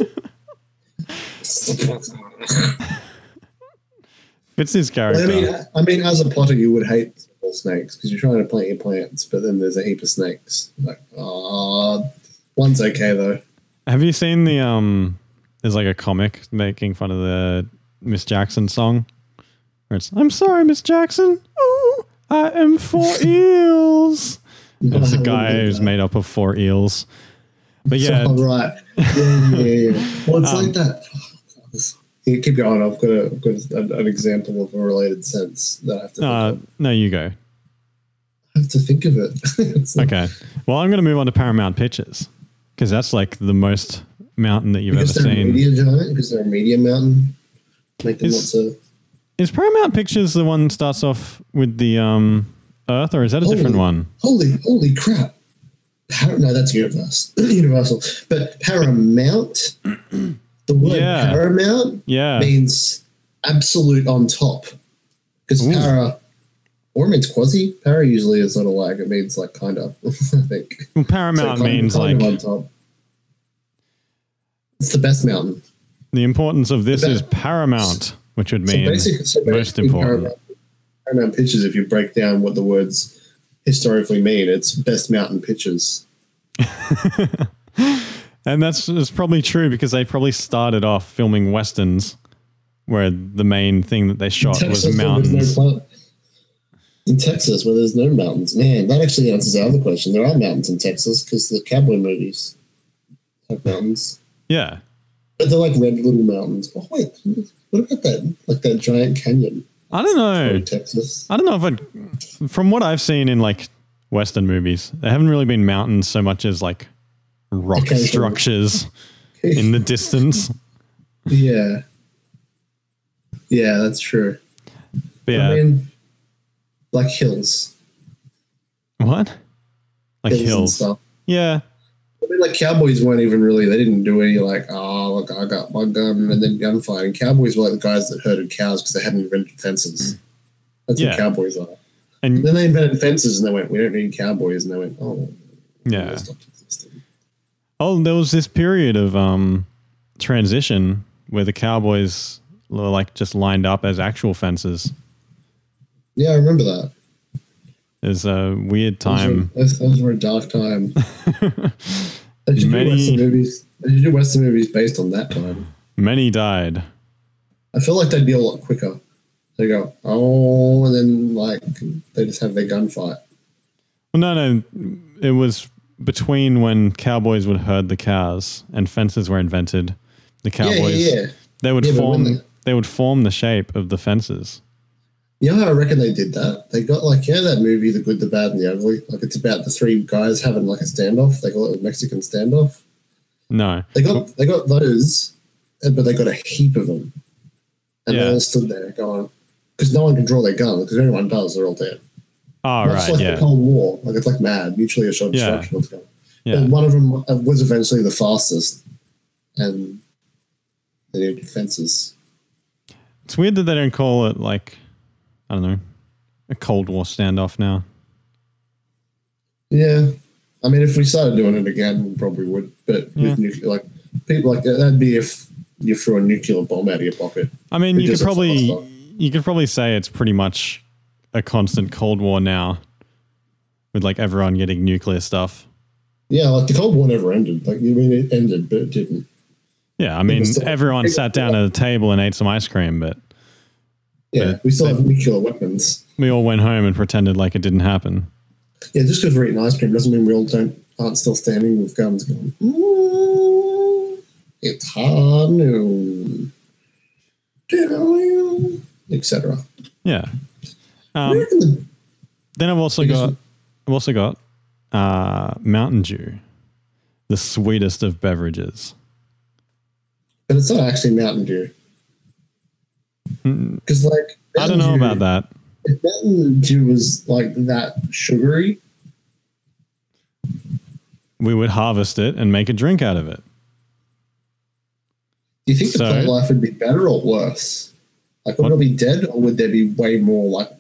Speaker 2: It's his character.
Speaker 3: I mean, I mean, as a plotter, you would hate several snakes because you're trying to plant your plants, but then there's a heap of snakes. Like, ah, one's okay though.
Speaker 2: Have you seen the um? There's like a comic making fun of the Miss Jackson song. Where it's I'm sorry, Miss Jackson. Ooh, I am for eels. It's a guy who's made up of four eels. But yeah, Um,
Speaker 3: All right. Yeah, yeah, yeah. Well, it's like that. Yeah, keep going. I've got, a, I've got an, an example of a related sense that I have to,
Speaker 2: uh, no, you go.
Speaker 3: I have to think of it. It's like-
Speaker 2: Okay. Well, I'm going to move on to Paramount Pictures because that's like the most mountain that you've
Speaker 3: Because
Speaker 2: ever
Speaker 3: they're a
Speaker 2: seen.
Speaker 3: media giant, because they're a media mountain. Make them
Speaker 2: Is-
Speaker 3: not so.
Speaker 2: Is Paramount Pictures the one that starts off with the um, Earth, or is that a different
Speaker 3: Oh.
Speaker 2: one?
Speaker 3: Holy, holy crap. Par- no, that's universe, universal. But Paramount, the word
Speaker 2: Yeah.
Speaker 3: Paramount
Speaker 2: Yeah.
Speaker 3: means absolute on top. Because
Speaker 2: Ooh.
Speaker 3: para, or it means quasi. Para usually is sort of like, it means like kind of, I think.
Speaker 2: Well, Paramount
Speaker 3: So kind-
Speaker 2: means
Speaker 3: kind of
Speaker 2: like
Speaker 3: on top. It's the best mountain.
Speaker 2: the importance of this
Speaker 3: But-
Speaker 2: is paramount, which would mean
Speaker 3: so basically, so basically
Speaker 2: most important.
Speaker 3: Paramount, Paramount Pictures, if you break down what the words historically mean, it's best mountain pictures.
Speaker 2: And that's, that's probably true because they probably started off filming westerns where the main thing that they shot was
Speaker 3: where there's
Speaker 2: mountains.
Speaker 3: No plant- in Texas, where there's no mountains, man, that actually answers our other question. There are mountains in Texas because the cowboy movies have mountains,
Speaker 2: Yeah.
Speaker 3: but they're like red little mountains. Oh wait, what about that? Like that giant canyon
Speaker 2: I don't know.
Speaker 3: in Texas.
Speaker 2: I don't know if I'd, from what I've seen in like Western movies, there haven't really been mountains so much as like rock
Speaker 3: Occasionally.
Speaker 2: structures in the distance.
Speaker 3: Yeah. Yeah, that's true.
Speaker 2: But yeah.
Speaker 3: I mean, like hills.
Speaker 2: what? Like
Speaker 3: Hills, and
Speaker 2: hills.
Speaker 3: stuff.
Speaker 2: Yeah.
Speaker 3: I mean, like cowboys weren't even really. They didn't do any like, oh look, I got my gun and then gunfighting. Cowboys were like the guys that herded cows because they hadn't invented fences. That's
Speaker 2: Hmm. Yeah.
Speaker 3: what cowboys are.
Speaker 2: And
Speaker 3: And then they invented fences and they went, we don't need cowboys. And they went, oh, they
Speaker 2: yeah.
Speaker 3: stopped existing.
Speaker 2: Oh, there was this period of um, transition where the Cowboys were like just lined up as actual fences.
Speaker 3: Yeah, I remember that.
Speaker 2: It was a weird time.
Speaker 3: Those, those were a dark time. they should
Speaker 2: Many-
Speaker 3: do Western movies. They should do Western movies based on that time.
Speaker 2: Many died.
Speaker 3: I feel like they'd be a lot quicker. They go, oh, and then like they just have their gunfight.
Speaker 2: Well, no, no, it was between when cowboys would herd the cows and fences were invented. The
Speaker 3: Yeah,
Speaker 2: cowboys
Speaker 3: yeah, yeah.
Speaker 2: they would
Speaker 3: Yeah, but
Speaker 2: form
Speaker 3: when they-
Speaker 2: they would form the shape of the fences.
Speaker 3: You know how I reckon they did that? They got like, you know that movie, The Good, the Bad, and the Ugly? Like it's about the three guys having like a standoff. They call it a Mexican standoff.
Speaker 2: No,
Speaker 3: They got they got those, and- but they got a heap of them. And
Speaker 2: Yeah.
Speaker 3: they all stood there going, because no one can draw their gun, because anyone does, they're all dead.
Speaker 2: oh
Speaker 3: It's
Speaker 2: right,
Speaker 3: like
Speaker 2: yeah,
Speaker 3: the Cold War. Like it's like mad, mutually assured
Speaker 2: Yeah.
Speaker 3: destruction. What's going on.
Speaker 2: yeah.
Speaker 3: And one of them was eventually the fastest, and they needed fences.
Speaker 2: It's weird that they don't call it like I don't know a Cold War standoff now.
Speaker 3: Yeah, I mean, if we started doing it again, we probably would. But
Speaker 2: Yeah.
Speaker 3: with nuclear, like people like that, that'd be if you threw a nuclear bomb out of your pocket.
Speaker 2: I mean,
Speaker 3: It
Speaker 2: you could
Speaker 3: just-
Speaker 2: probably
Speaker 3: it's hostile.
Speaker 2: you could probably say it's pretty much a constant Cold War now, with like everyone getting nuclear stuff.
Speaker 3: Yeah, like the Cold War never ended. Like you mean it ended, but it didn't.
Speaker 2: Yeah, I mean,
Speaker 3: was still-
Speaker 2: everyone sat down at a table and ate some ice cream, but
Speaker 3: Yeah, we still have nuclear weapons.
Speaker 2: we all went home and pretended like it didn't happen.
Speaker 3: Yeah, just because we're eating ice cream doesn't mean we all don't aren't still standing with guns going. "Ooh." Itanu, etc.
Speaker 2: Yeah. Um,
Speaker 3: Where in the-
Speaker 2: then I've also
Speaker 3: Because-
Speaker 2: got I've also got uh, Mountain Dew, the sweetest of beverages.
Speaker 3: But it's not actually Mountain Dew. Because like
Speaker 2: I don't know
Speaker 3: Mountain Dew-
Speaker 2: about that.
Speaker 3: If Mountain Dew was like that sugary,
Speaker 2: We would harvest it and make a drink out of it.
Speaker 3: do you think
Speaker 2: So-
Speaker 3: the plant life would be better or worse? Like would it be dead or would there be way more like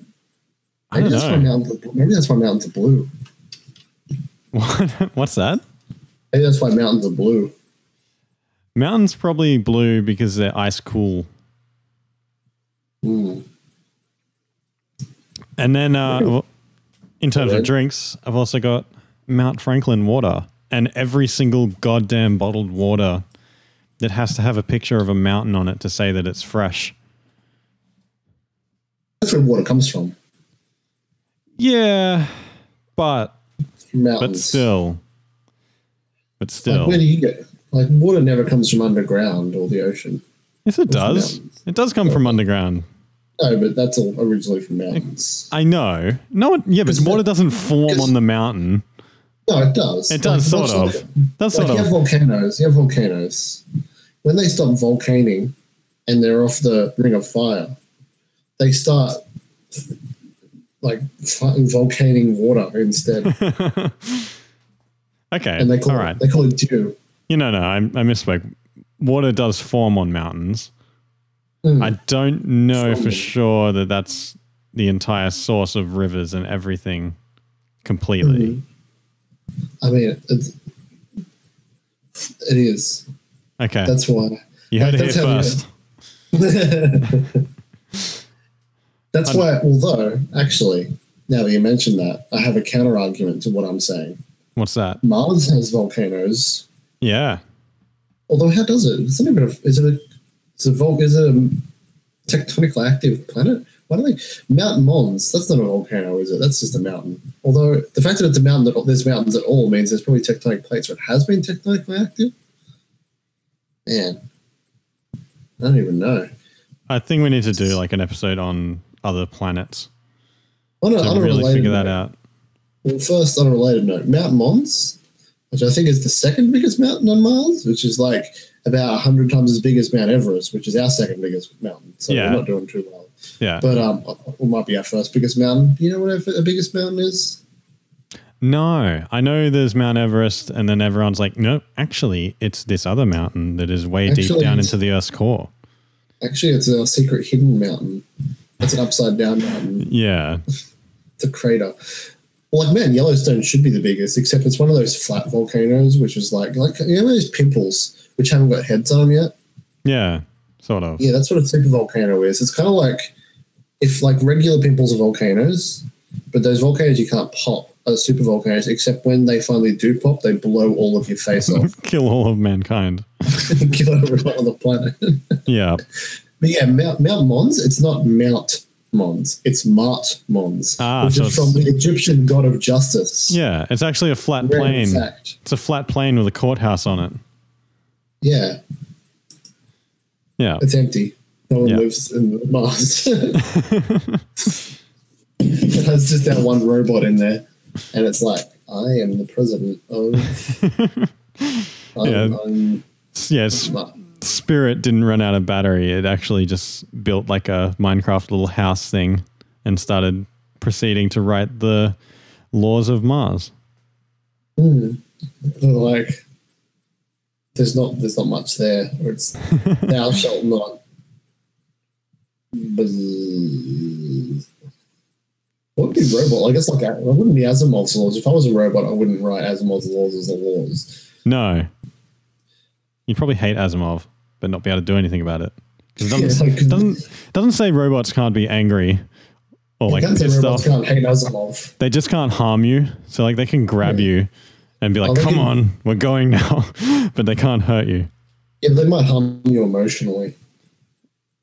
Speaker 2: I
Speaker 3: maybe
Speaker 2: don't
Speaker 3: that's why
Speaker 2: know.
Speaker 3: mountains are, maybe that's why mountains are blue.
Speaker 2: What, what's that?
Speaker 3: Maybe that's why mountains are blue.
Speaker 2: Mountains probably blue because they're ice cool.
Speaker 3: Mm.
Speaker 2: And then, uh, w- in terms of
Speaker 3: Alright.
Speaker 2: drinks, I've also got Mount Franklin water and every single goddamn bottled water that has to have a picture of a mountain on it to say that it's fresh.
Speaker 3: That's where water comes from.
Speaker 2: Yeah, but
Speaker 3: From
Speaker 2: but
Speaker 3: mountains.
Speaker 2: still, but
Speaker 3: like,
Speaker 2: still,
Speaker 3: where do you get like water never comes from underground or the ocean.
Speaker 2: yes, it does.
Speaker 3: mountains.
Speaker 2: It does come from underground.
Speaker 3: No, but that's all originally from mountains.
Speaker 2: I know. No, it- yeah, but
Speaker 3: 'Cause the-
Speaker 2: water doesn't form
Speaker 3: 'cause-
Speaker 2: on the mountain.
Speaker 3: No, it does.
Speaker 2: It does
Speaker 3: Like,
Speaker 2: sort
Speaker 3: much
Speaker 2: of.
Speaker 3: like-
Speaker 2: That's
Speaker 3: Like
Speaker 2: sort
Speaker 3: you have
Speaker 2: of.
Speaker 3: volcanoes. You have volcanoes. When they stop volcaning and they're off the ring of fire, they start like fucking volcaning water instead,
Speaker 2: Okay.
Speaker 3: and they call
Speaker 2: All
Speaker 3: it,
Speaker 2: right.
Speaker 3: they call it dew.
Speaker 2: You know, no, I, I misspoke. Water does form on mountains.
Speaker 3: Hmm.
Speaker 2: I don't know for
Speaker 3: Forming.
Speaker 2: sure that that's the entire source of rivers and everything completely.
Speaker 3: Hmm. I mean, it's, it is.
Speaker 2: Okay.
Speaker 3: That's why.
Speaker 2: you heard
Speaker 3: that-
Speaker 2: it
Speaker 3: that's
Speaker 2: here
Speaker 3: how you-
Speaker 2: first.
Speaker 3: That's why. Although, actually, now that you mention that, I have a counter argument to what I'm saying.
Speaker 2: What's that?
Speaker 3: Mars has volcanoes.
Speaker 2: Yeah.
Speaker 3: Although, how does it? It's not even. A, is it a? It's a vol. Is it a tectonically active planet? Why do they Mount Mons? That's not a volcano, is it? That's just a mountain. Although the fact that it's a mountain, that there's mountains at all means there's probably tectonic plates, or it has been tectonically active. Man, I don't even know.
Speaker 2: I think we need to do like an episode on other planets
Speaker 3: On a,
Speaker 2: to
Speaker 3: on a
Speaker 2: really
Speaker 3: related
Speaker 2: figure that
Speaker 3: note-
Speaker 2: out.
Speaker 3: Well, first, on a related note, Mount Mons, which I think is the second biggest mountain on Mars, which is like about 100 times as big as Mount Everest, which is our second biggest mountain. So
Speaker 2: Yeah.
Speaker 3: we're not doing too well.
Speaker 2: Yeah.
Speaker 3: But um, it might be our first biggest mountain. Do you know what our f- biggest mountain is?
Speaker 2: No, I know there's Mount Everest, and then everyone's like, no, actually, it's this other mountain that is way deep
Speaker 3: Actually,
Speaker 2: down
Speaker 3: it's-
Speaker 2: into the Earth's core.
Speaker 3: Actually, it's our secret hidden mountain. It's an upside down mountain.
Speaker 2: Yeah.
Speaker 3: It's a crater. Well, like man, Yellowstone should be the biggest, except it's one of those flat volcanoes, which is like like you know those pimples which haven't got heads on them yet.
Speaker 2: Yeah. Sort of.
Speaker 3: Yeah, that's what a supervolcano is. It's kind of like if like regular pimples are volcanoes, but those volcanoes you can't pop are supervolcanoes, except when they finally do pop, they blow all of your face off
Speaker 2: Kill all of mankind.
Speaker 3: and kill everyone on the planet.
Speaker 2: Yeah.
Speaker 3: But yeah, Mount, Mount Mons, it's not Mount Mons, it's Mart Mons,
Speaker 2: Ah,
Speaker 3: which
Speaker 2: so
Speaker 3: is from the Egyptian god of justice.
Speaker 2: Yeah. It's actually a flat
Speaker 3: Random
Speaker 2: plane.
Speaker 3: fact.
Speaker 2: It's a flat plane with a courthouse on it.
Speaker 3: Yeah,
Speaker 2: Yeah.
Speaker 3: it's empty. No one
Speaker 2: Yeah.
Speaker 3: lives in Mars. it has just that one robot in there, and it's like, I am the president of. I'm,
Speaker 2: Yeah.
Speaker 3: I'm
Speaker 2: S- Yeah. s-
Speaker 3: Ma-
Speaker 2: Spirit didn't run out of battery. It actually just built like a Minecraft little house thing and started proceeding to write the laws of Mars.
Speaker 3: they're like, there's not, there's not much there, or it's thou shalt not. buzz." What would be robot? I guess like I wouldn't be Asimov's laws. If I was a robot, I wouldn't write Asimov's laws as the laws.
Speaker 2: No. You'd probably hate Asimov, but not be able to do anything about it. 'Cause It doesn't,
Speaker 3: Yeah, like-
Speaker 2: doesn't, doesn't say robots can't be angry or like
Speaker 3: Guns N'
Speaker 2: pissed
Speaker 3: Robots can't
Speaker 2: off.
Speaker 3: hate Asimov.
Speaker 2: They just can't harm you. So like they can grab you and be like,
Speaker 3: Oh, they
Speaker 2: come
Speaker 3: can-
Speaker 2: on, we're going now. but they can't hurt you.
Speaker 3: Yeah, they might harm you emotionally.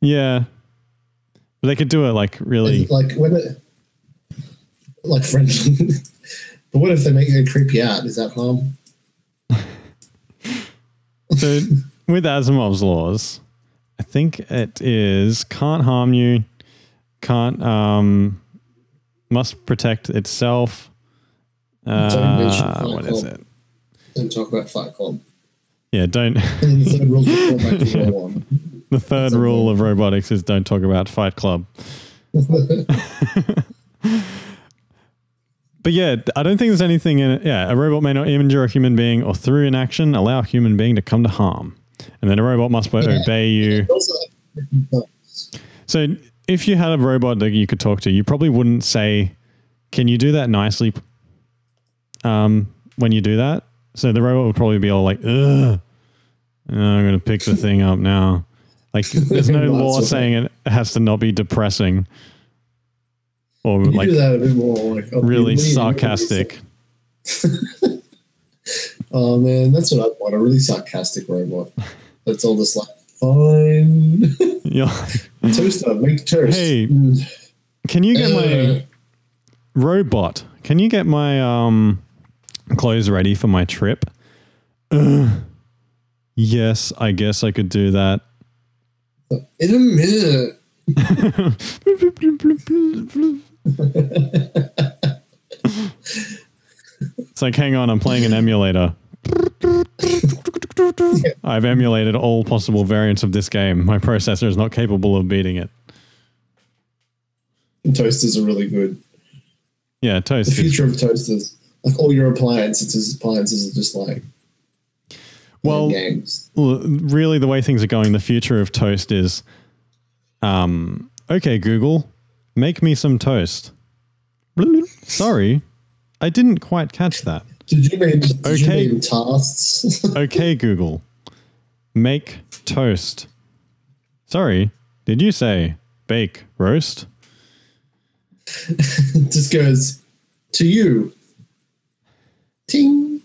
Speaker 2: Yeah. But they could do it like really.
Speaker 3: Like when it, like friendly. but what if they make it creep you out? Is that harm?
Speaker 2: So with Asimov's laws, I think it is can't harm you, can't um, must protect itself.
Speaker 3: Don't mention
Speaker 2: Uh,
Speaker 3: Fight
Speaker 2: what is
Speaker 3: Club.
Speaker 2: it?
Speaker 3: Don't talk about Fight Club.
Speaker 2: Yeah, don't.
Speaker 3: And then the third rule is fall back to rule one.
Speaker 2: The third
Speaker 3: a
Speaker 2: rule of robotics is don't talk about Fight Club. but yeah, I don't think there's anything in it. Yeah, a robot may not injure a human being or through inaction allow a human being to come to harm. And then a robot must obey you.
Speaker 3: Also,
Speaker 2: So if you had a robot that you could talk to, you probably wouldn't say, Can you do that nicely um, when you do that? So the robot would probably be all like, Ugh, I'm going to pick the thing up now. Like, there's no
Speaker 3: Lots
Speaker 2: law
Speaker 3: of it.
Speaker 2: saying it has to not be depressing or
Speaker 3: you
Speaker 2: like
Speaker 3: do that a bit more like oh,
Speaker 2: really
Speaker 3: you mean-
Speaker 2: sarcastic.
Speaker 3: Oh man, that's what I want. A really sarcastic robot. That's all just like fine.
Speaker 2: You're,
Speaker 3: Toaster, make toast.
Speaker 2: Hey,
Speaker 3: Mm.
Speaker 2: can you get
Speaker 3: Uh,
Speaker 2: my robot? Can you get my um, clothes ready for my trip? Ugh. yes, I guess I could do that.
Speaker 3: in a minute.
Speaker 2: it's like, hang on, I'm playing an emulator. I've emulated all possible variants of this game. My processor is not capable of beating it.
Speaker 3: Toasters are really good.
Speaker 2: Yeah,
Speaker 3: The
Speaker 2: toast.
Speaker 3: future of toasters. Like all your appliances, appliances are just like
Speaker 2: Well,
Speaker 3: games.
Speaker 2: l- really, the way things are going, the future of toast is, um, okay, Google, make me some toast. Sorry, I didn't quite catch that.
Speaker 3: Did you mean did
Speaker 2: Okay.
Speaker 3: you mean tasks?
Speaker 2: Okay, Google, make toast. Sorry, did you say bake roast?
Speaker 3: it just goes to you. Ting.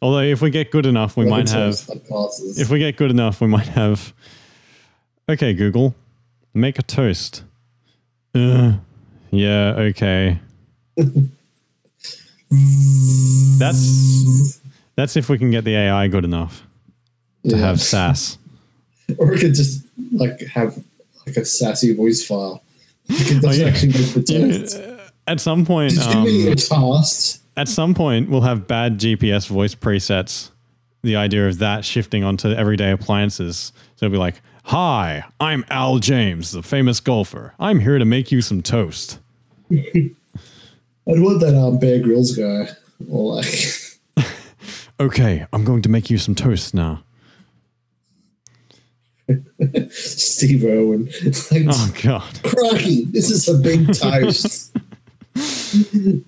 Speaker 2: Although, if we get good enough, we might
Speaker 3: Like
Speaker 2: have.
Speaker 3: toast, like passes.
Speaker 2: If we get good enough, we might have. Okay, Google, make a toast. Ugh. yeah, okay. that's that's if we can get the AI good enough
Speaker 3: Yeah.
Speaker 2: to have sass.
Speaker 3: or we could just like have like a sassy voice file. You could just
Speaker 2: Oh, yeah.
Speaker 3: actually make the toast.
Speaker 2: At some point,
Speaker 3: Did you mean
Speaker 2: um,
Speaker 3: a task?
Speaker 2: at some point, we'll have bad GPS voice presets. The idea of that shifting onto everyday appliances. So it'll be like, "Hi, I'm Al James, the famous golfer. I'm here to make you some toast."
Speaker 3: I'd want that um, Bear Grylls guy. Or like,
Speaker 2: Okay, I'm going to make you some toast now.
Speaker 3: Steve Irwin. like,
Speaker 2: Oh god.
Speaker 3: crikey, this is a big toast.
Speaker 2: Uh,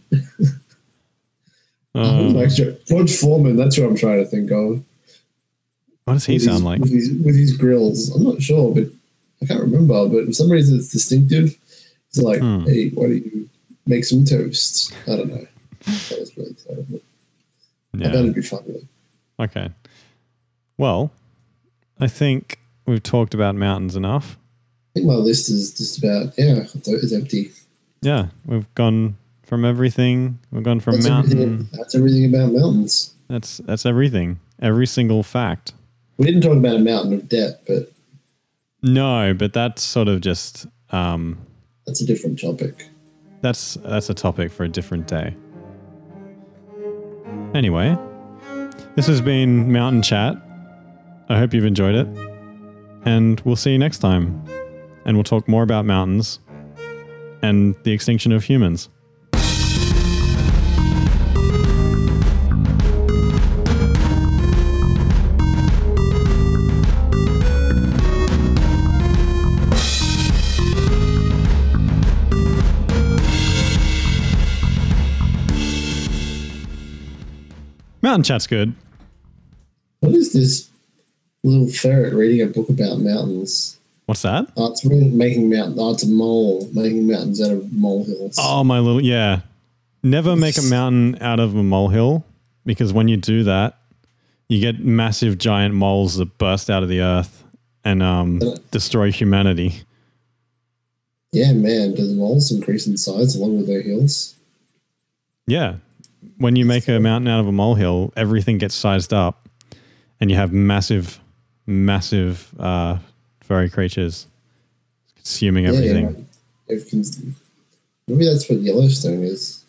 Speaker 2: Um,
Speaker 3: like, George Foreman, that's what I'm trying to think of.
Speaker 2: What does he
Speaker 3: With his-
Speaker 2: sound like?
Speaker 3: With his, with his grills. I'm not sure, but I can't remember. But for some reason, it's distinctive. It's like,
Speaker 2: Hmm.
Speaker 3: hey, why don't you make some toast? I don't know. That was really terrible.
Speaker 2: Yeah.
Speaker 3: That'd be fun. though.
Speaker 2: Okay. Well, I think we've talked about mountains enough.
Speaker 3: I think my list is just about yeah, it's empty.
Speaker 2: Yeah, we've gone from everything. We've gone from
Speaker 3: That's
Speaker 2: mountain.
Speaker 3: everything, that's everything about mountains.
Speaker 2: That's that's everything. Every single fact.
Speaker 3: We didn't talk about a mountain of debt, but
Speaker 2: No, but that's sort of just um,
Speaker 3: that's a different topic.
Speaker 2: that's that's a topic for a different day. Anyway, this has been Mountain Chat. I hope you've enjoyed it, and we'll see you next time. And we'll talk more about mountains and the extinction of humans. Mountain Chat's good.
Speaker 3: What is this little ferret reading a book about mountains?
Speaker 2: What's that?
Speaker 3: Oh, it's really making mountain. Oh, it's a mole making mountains out of molehills.
Speaker 2: Oh, my little yeah. Never make a mountain out of a molehill because when you do that, you get massive giant moles that burst out of the earth and um, destroy humanity.
Speaker 3: Yeah, man. Do the moles increase in size along with their hills?
Speaker 2: Yeah. When you make a mountain out of a molehill, everything gets sized up and you have massive massive uh, furry creatures consuming
Speaker 3: Yeah,
Speaker 2: everything.
Speaker 3: yeah. If cons- Maybe that's what Yellowstone is.